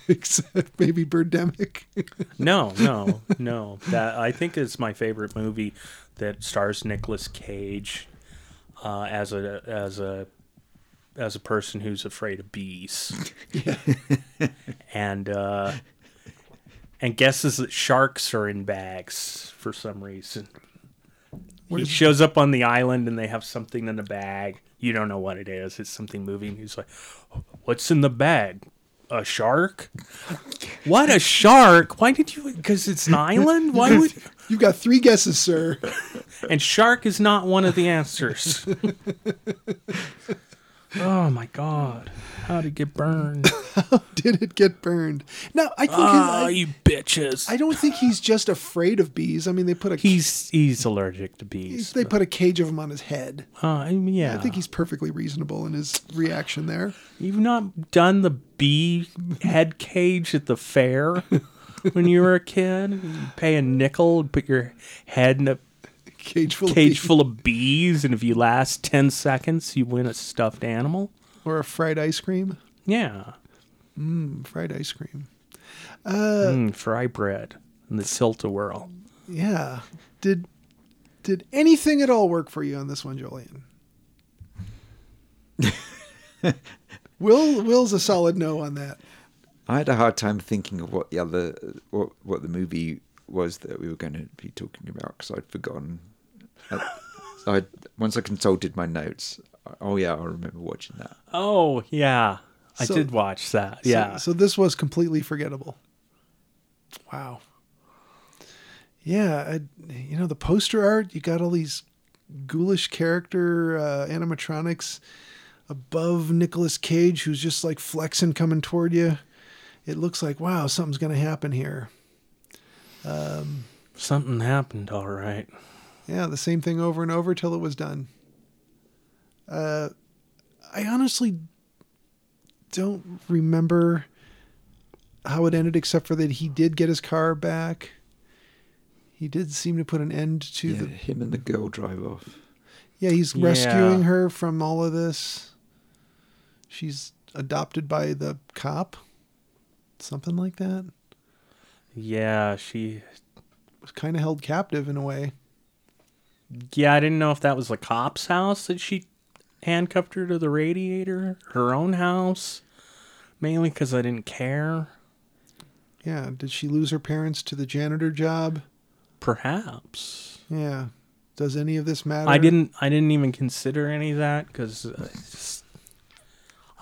except maybe Birdemic. No, no, no. That I think is my favorite movie that stars Nicolas Cage uh, as a as a as a person who's afraid of bees. and uh, and guesses that sharks are in bags for some reason. he Where's- shows up on the island and they have something in a bag. You don't know what it is. It's something moving. He's like, "What's in the bag? A shark? What a shark? Why did you? Because it's an island. Why would? You've got three guesses, sir. And shark is not one of the answers. oh my god! How to get burned? Did it get burned? No, I think Ah, I, you bitches! I don't think he's just afraid of bees. I mean, they put a He's he's allergic to bees. they put a cage of them on his head. Uh, I mean, yeah, I think he's perfectly reasonable in his reaction there. You've not done the bee head cage at the fair when you were a kid. You pay a nickel and put your head in a Cage full cage of full of bees, and if you last ten seconds, you win a stuffed animal. bees. or a fried ice cream. Yeah, Fried ice cream. mm, fry bread and the tilt-a-whirl. Yeah. Did did anything at all work for you on this one, Julian? Will Will's a solid no on that. I had a hard time thinking of what the other what what the movie was that we were going to be talking about because I'd forgotten. I, so I once I consulted my notes. Oh yeah, I remember watching that. Oh yeah, I So- did watch that. So- yeah, So, this was completely forgettable. Wow. Yeah, I, you know the poster art. You got all these ghoulish character uh, animatronics above Nicolas Cage, who's just like flexing coming toward you. It looks like wow, something's gonna happen here. something happened. All right. Yeah, the same thing over and over till it was done. Uh, I honestly don't remember how it ended, except for that he did get his car back. He did seem to put an end to Yeah, the. him and the girl drive off. Yeah, he's Yeah. rescuing her from all of this. She's adopted by the cop, something like that. Yeah, she. Was kind of held captive in a way. Yeah, I didn't know if that was the cop's house that she handcuffed her to the radiator, her own house, mainly because I didn't care. Yeah, did she lose her parents to the janitor job? Perhaps Yeah. Does any of this matter? I didn't. I didn't even consider any of that because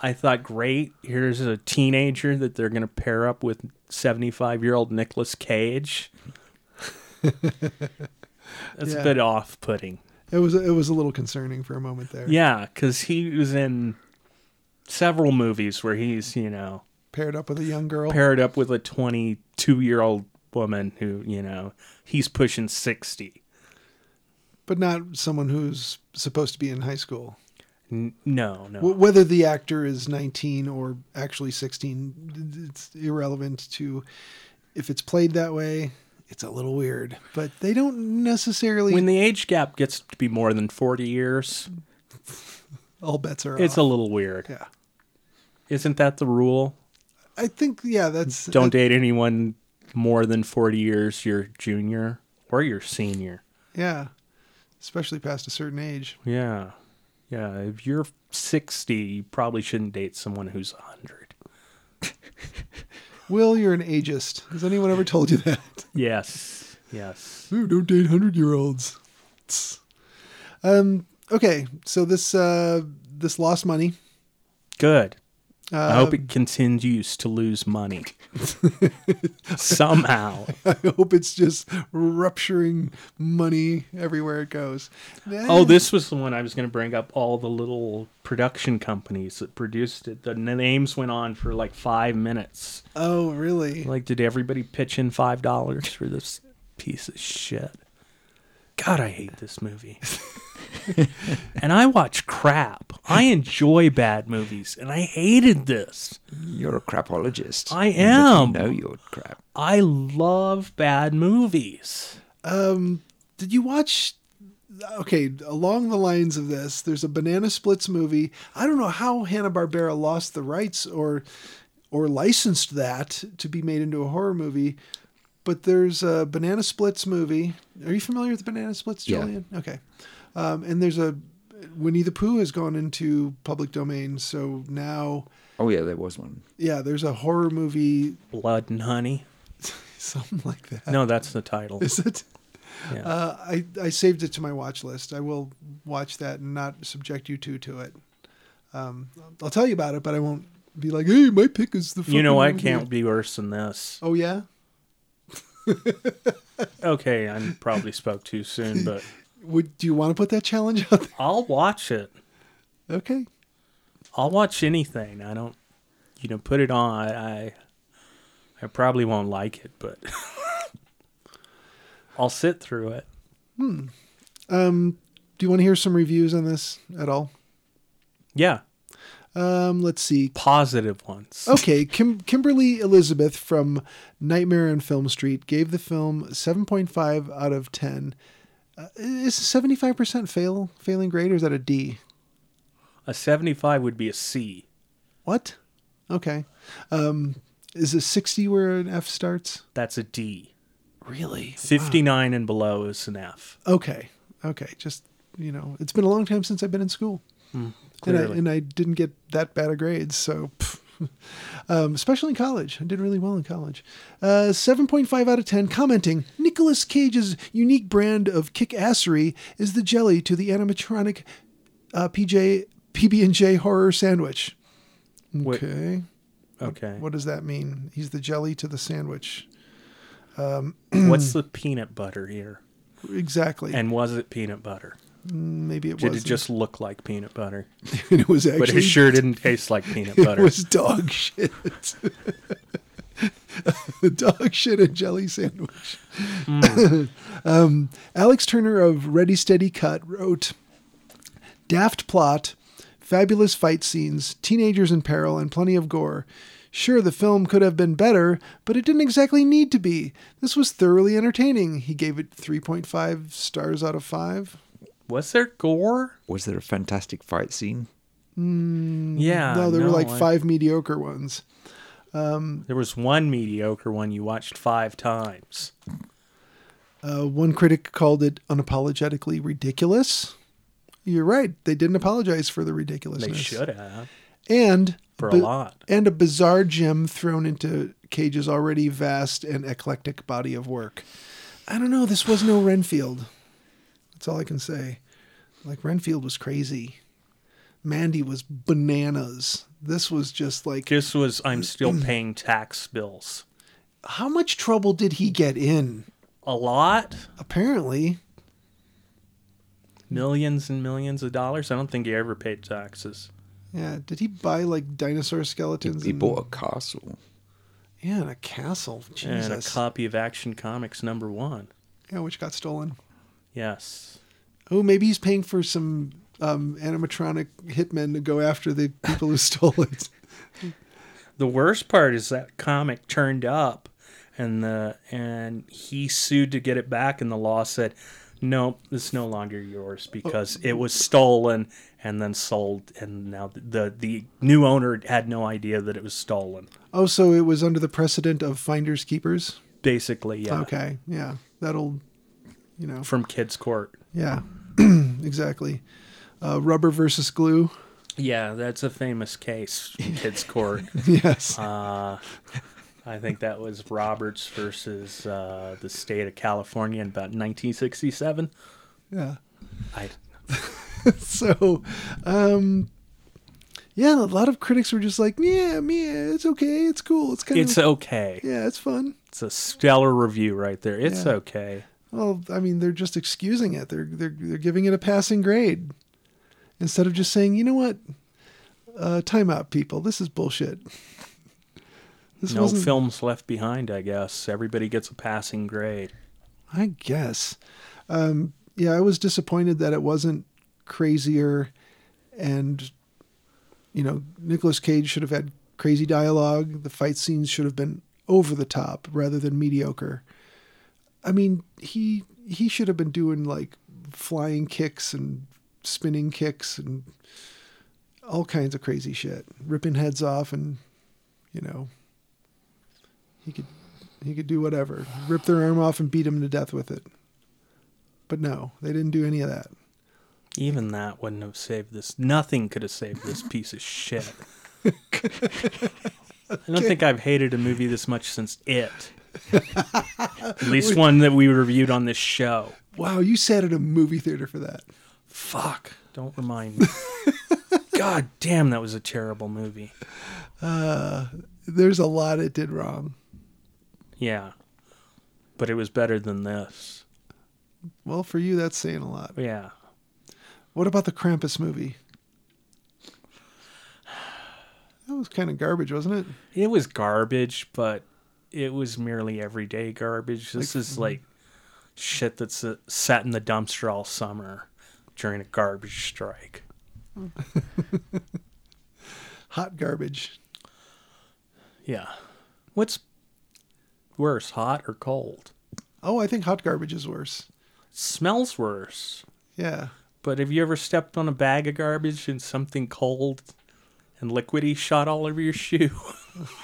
I thought, great, here's a teenager that they're gonna pair up with seventy-five-year-old Nicolas Cage. That's Yeah. a bit off-putting. It was it was a little concerning for a moment there. Yeah, because he was in several movies where he's, you know, Paired up with a young girl. paired up with a 22 year old woman who, you know, he's pushing 60. but not someone who's supposed to be in high school. N- no, no. W- whether the actor is 19 or actually 16, it's irrelevant to if it's played that way. It's a little weird, but they don't necessarily when the age gap gets to be more than 40 years, all bets are it's a off. little weird. yeah. Isn't that the rule? I think yeah, that's Don't uh, date anyone more than 40 years your junior or your senior. yeah, especially past a certain age. Yeah. Yeah, if you're 60, you probably shouldn't date someone who's 100. Will, you're an ageist. Has anyone ever told you that? Yes. Yes. Oh, don't date hundred year olds. Tss. Um. Okay. So this uh this lost money. Good. Uh, I hope it continues to lose money. Somehow. I hope it's just rupturing money everywhere it goes. Eh, Oh, this was the one I was going to bring up. All the little production companies that produced it. The n- names went on for like five minutes. Oh, really? Like, did everybody pitch in five dollars for this piece of shit? God, I hate this movie. and I watch crap. I enjoy bad movies, and I hated this. You're a crapologist. I You know- am. You know you're crap. I love bad movies. Um, did you watch? Okay, along the lines of this, there's a Banana Splits movie. I don't know how Hanna Barbera lost the rights or or licensed that to be made into a horror movie, but there's a Banana Splits movie. Are you familiar with Banana Splits, Yeah. Julian? Okay, um, and there's a Winnie the Pooh has gone into public domain, so now Oh yeah, there was one. yeah, there's a horror movie, Blood and Honey. something like that. No, that's the title. Is it? Yeah. Uh, I, I saved it to my watch list. I will watch that and not subject you two to it. Um, I'll tell you about it, but I won't be like, hey, my pick is the. you know fucking what? movie." Can't be worse than this. Oh yeah, Okay, I probably spoke too soon, but would do you want to put that challenge out there? I'll watch it. Okay, I'll watch anything. I don't, you know, put it on. I, I probably won't like it, but I'll sit through it. do you want to hear some reviews on this at all? Yeah, Um, let's see. positive ones. Okay, Kim- Kimberly Elizabeth from Nightmare on Film Street gave the film 7.5 out of 10. Uh, is 75% fail failing grade or is that a D? A seventy-five would be a C. What? Okay. Um, is a 60 where an F starts? That's a D. Really? Fifty-nine and below is an F. Okay. Okay. Just, you know, it's been a long time since I've been in school. and, I, Hmm. clearly. and I didn't get that bad of grades. So, pff. um, especially in college, I did really well in college. Uh, 7.5 out of 10 commenting Nicolas Cage's unique brand of kick assery is the jelly to the animatronic uh, PJ, PB&J horror sandwich. Wait. Okay. Okay. What does that mean? He's the jelly to the sandwich. What's the peanut butter here? Exactly. And was it peanut butter? Maybe it Did was it just look like peanut butter? it was actually But it sure didn't taste like peanut it butter. was dog shit. The dog shit and jelly sandwich. Hmm. um, Alex Turner of Ready Steady Cut wrote Daft plot, fabulous fight scenes, teenagers in peril, and plenty of gore. Sure, the film could have been better, but it didn't exactly need to be. This was thoroughly entertaining. He gave it 3.5 stars out of 5. Was there gore? Was there a fantastic fight scene? Yeah. Mm, no, there were like Ah, I- five mediocre ones. There was one mediocre one you watched five times. Uh, one critic called it unapologetically ridiculous. You're right. They didn't apologize for the They ridiculousness. should have. And For a lot. And a bizarre gem thrown into Cage's already vast and eclectic body of work. I don't know. This was no Renfield. That's all I can say. Like Renfield was crazy. Mandy was bananas. This was just like This was I'm still paying tax bills. how much trouble did he get in? A lot, Apparently, millions and millions of dollars. I don't think he ever paid taxes. yeah. Did he buy like dinosaur skeletons? He and- bought a castle. Yeah, and a castle. Jesus. And a copy of Action Comics number one. yeah, which got stolen. Yes. Oh, maybe he's paying for some um, animatronic hitmen to go after the people who stole it. The worst part is that comic turned up, and the and he sued to get it back, and the law said, "No, it's no longer yours because it was stolen and then sold, and now the the new owner had no idea that it was stolen." Oh, so it was under the precedent of finders keepers. Basically, yeah, Okay, yeah, that'll, you know, from Kids Court. yeah, exactly. Uh, rubber versus glue. Yeah, that's a famous case, Kids Court. yes. Uh, I think that was Roberts versus uh, the state of California in about 1967. Yeah. I so um yeah a lot of critics were just like yeah yeah it's okay it's cool it's kind it's of okay. yeah it's fun It's a stellar review right there. It's Yeah. okay. well i mean they're just excusing it they're they're, they're giving it a passing grade instead of just saying you know what uh time out people this is bullshit this no wasn't films left behind, I guess. Everybody gets a passing grade. i guess um yeah i was disappointed that it wasn't crazier and you know, Nicolas Cage should have had crazy dialogue. The fight scenes should have been over the top rather than mediocre. I mean, he he should have been doing like flying kicks and spinning kicks and all kinds of crazy shit, ripping heads off and you know, he could he could do whatever, rip their arm off and beat him to death with it. But no, they didn't do any of that. Even that wouldn't have saved this. Nothing could have saved this piece of shit. I don't think I've hated a movie this much since it. At least one that we reviewed on this show. Wow, you sat at a movie theater for that. Fuck. Don't remind me. God damn, that was a terrible movie. Uh, There's a lot it did wrong. Yeah. But it was better than this. Well, for you, that's saying a lot. Yeah. What about the Krampus movie? That was kind of garbage, wasn't it? It was garbage, but it was merely everyday garbage. This is like mm-hmm. shit that's uh, sat in the dumpster all summer during a garbage strike. Hot garbage. Yeah. What's worse, hot or cold? Oh, I think hot garbage is worse. Smells worse. Yeah. But have you ever stepped on a bag of garbage and something cold and liquidy shot all over your shoe?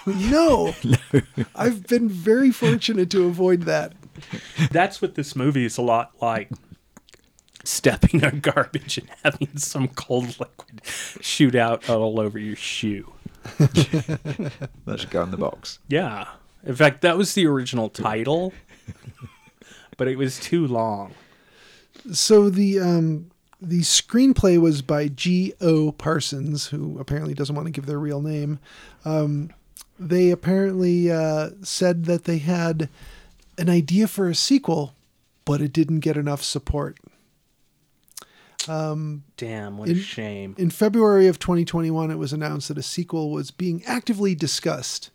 No. I've been very fortunate to avoid that. That's what this movie is a lot like. Stepping on garbage and having some cold liquid shoot out all over your shoe. That should go in the box. Yeah. In fact, that was the original title, but it was too long. So the um the screenplay was by G. O. Parsons, who apparently doesn't want to give their real name. Um, they apparently uh, said that they had an idea for a sequel, but it didn't get enough support. Damn, what a In- shame. In February of 2021, it was announced that a sequel was being actively discussed.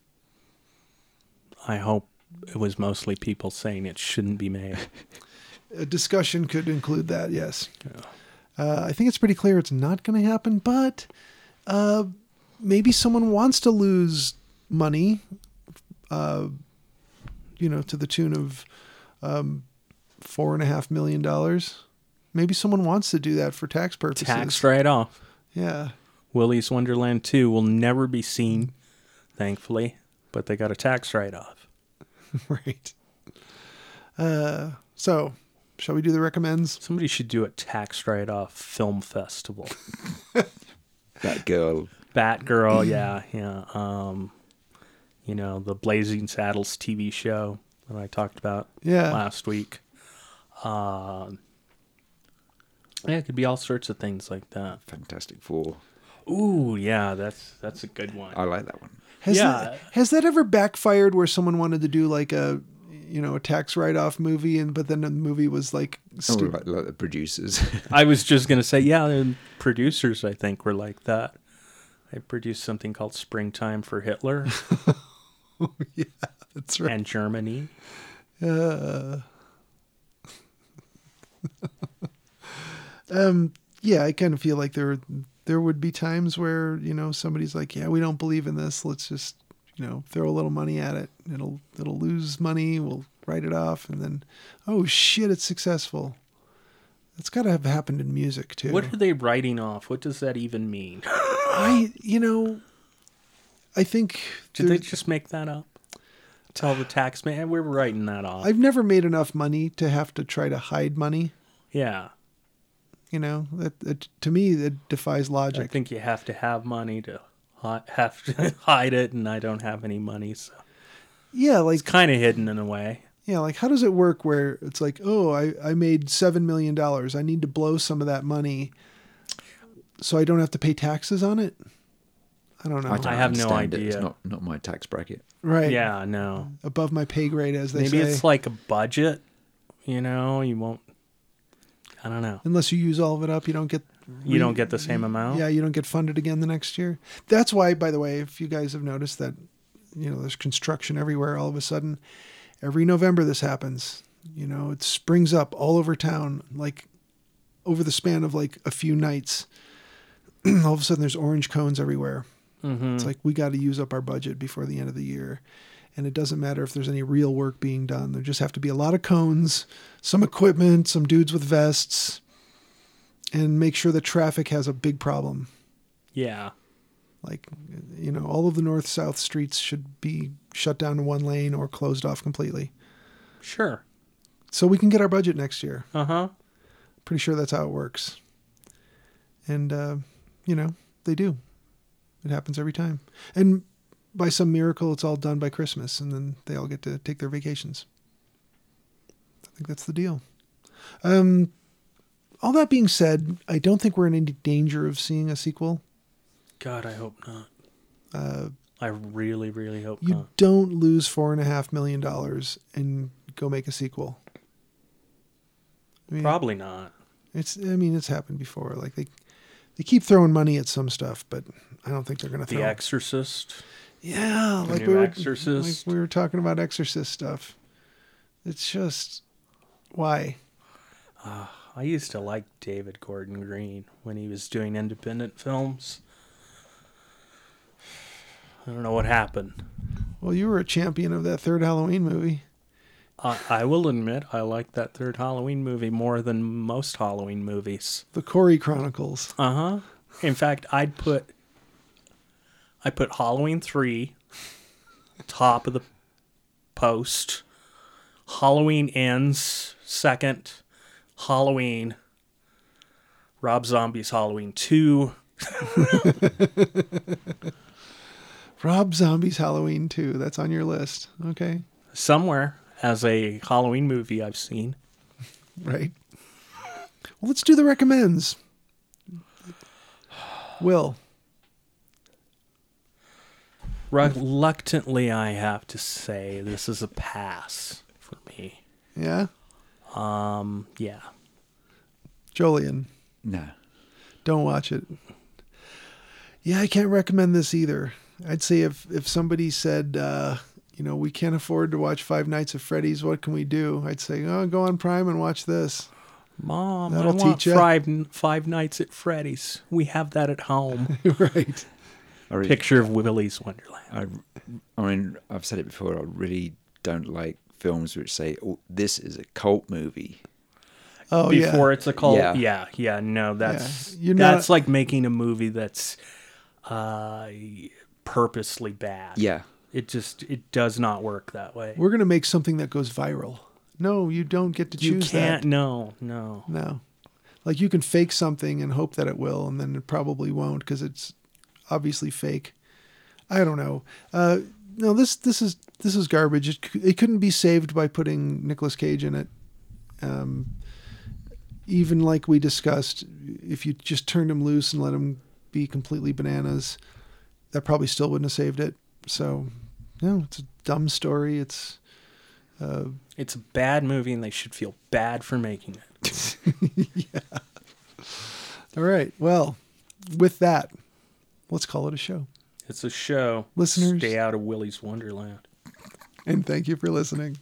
I hope it was mostly people saying it shouldn't be made. A discussion could include that, yes. Uh, I think it's pretty clear it's not going to happen, but uh, maybe someone wants to lose money, uh, you know, to the tune of um, four and a half million dollars. Maybe someone wants to do that for tax purposes. Tax right off. Yeah. Willy's Wonderland 2 will never be seen, thankfully, but they got a tax write off. right. Uh, so, shall we do the recommends? Somebody should do a tax write off film festival. That girl. Batgirl, yeah, yeah. Um, you know, the Blazing Saddles TV show that I talked about Yeah. last week. Um yeah, it could be all sorts of things like that. Fantastic Four. Ooh, yeah, that's that's a good one. I like that one. Has Yeah. that, has that ever backfired where someone wanted to do like a you know a tax write off movie and but then the movie was like Oh, stupid? like, like the producers. I was just gonna say, yeah, the producers I think were like that. I produced something called Springtime for Hitler That's right. and Germany. Uh, um, yeah, I kind of feel like there there would be times where you know somebody's like, yeah, we don't believe in this. Let's just you know throw a little money at it. It'll it'll lose money. We'll write it off, and then oh shit, it's successful. That's got to have happened in music too. What are they writing off? What does that even mean? I you know, I think Did they there- just make that up? Tell the tax man we're writing that off. I've never made enough money to have to try to hide money. yeah. You know, that, that to me that defies I logic. think you have to have money to hi- have to hide it, and I don't have any money, so yeah, like It's kind of hidden in a way. Yeah, like how does it work where it's like, oh, I, I made seven million dollars. I need to blow some of that money so I don't have to pay taxes on it? I don't know. I, don't I have no understand it. It's idea. not not my tax bracket. right. Yeah, no. Above my pay grade as they Maybe say. it's like a budget. You know, you won't. I don't know. Unless you use all of it up, you don't get You don't get the same amount. yeah, you don't get funded again the next year. That's why, by the way, if you guys have noticed that, you know, there's construction everywhere all of a sudden. Every November this happens. You know, it springs up all over town, like over the span of like a few nights. all of a sudden there's orange cones everywhere. hmm It's like we got to use up our budget before the end of the year. And it doesn't matter if there's any real work being done. There just have to be a lot of cones, some equipment, some dudes with vests, and make sure that traffic has a big problem. yeah. Like, you know, all of the north south streets should be shut down to one lane or closed off completely. Sure. So we can get our budget next year. Uh huh. Pretty sure that's how it works. And, uh, you know, they do. It happens every time. And by some miracle, it's all done by Christmas, and then they all get to take their vacations. I think that's the deal. Um, all that being said, I don't think we're in any danger of seeing a sequel. God, I hope not. Uh, I really, really hope You not. don't lose four and a half million dollars and go make a sequel. I mean, Probably not. it's. I mean, it's happened before. Like they, they keep throwing money at some stuff, but I don't think they're gonna The throw. Exorcist. yeah, the like new we were Exorcist. like we were talking about Exorcist stuff. It's just why I used to like David Gordon Green when he was doing independent films. I don't know what happened. well you were a champion of that third Halloween movie. I, I will admit I like that third Halloween movie more than most Halloween movies. The Corey Chronicles. Uh huh. In fact, I'd put I put Halloween three top of the post. Halloween ends second. Halloween. Rob Zombie's Halloween two. Rob Zombie's Halloween 2. That's on your list. Okay. somewhere as a Halloween movie I've seen. Right. Well, let's do the recommends. Will, Reluctantly, I have to say this is a pass for me. yeah? Um, yeah, Jolien, No. don't watch it. Yeah, I can't recommend this either. I'd say if, if somebody said, uh, you know, we can't afford to watch Five Nights at Freddy's, what can we do? I'd say, oh, go on Prime and watch this. Mom, That'll I want teach ya. five, five Nights at Freddy's. We have that at home. right. I really, Picture of Willy's Wonderland. I, I mean, I've said it before. I really don't like films which say, "Oh, this is a cult movie." Oh, yeah. Before it's a cult. Yeah. Yeah, yeah, no, that's You're not- that's like making a movie that's uh, purposely bad. Yeah. it just it does not work that way. We're going to make something that goes viral. No, you don't get to You choose that. can't. No, no. No. Like you can fake something and hope that it will, and then it probably won't because it's obviously fake. I don't know. Uh, no, this this is this is garbage. It, c- it couldn't be saved by putting Nicolas Cage in it. Um, even like we discussed, if you just turned him loose and let him be completely bananas, that probably still wouldn't have saved it. So, no, it's a dumb story. It's uh, It's a bad movie, and they should feel bad for making it. All right. Well, with that, let's call it a show. It's a show. Listeners- stay out of Willy's Wonderland. And thank you for listening.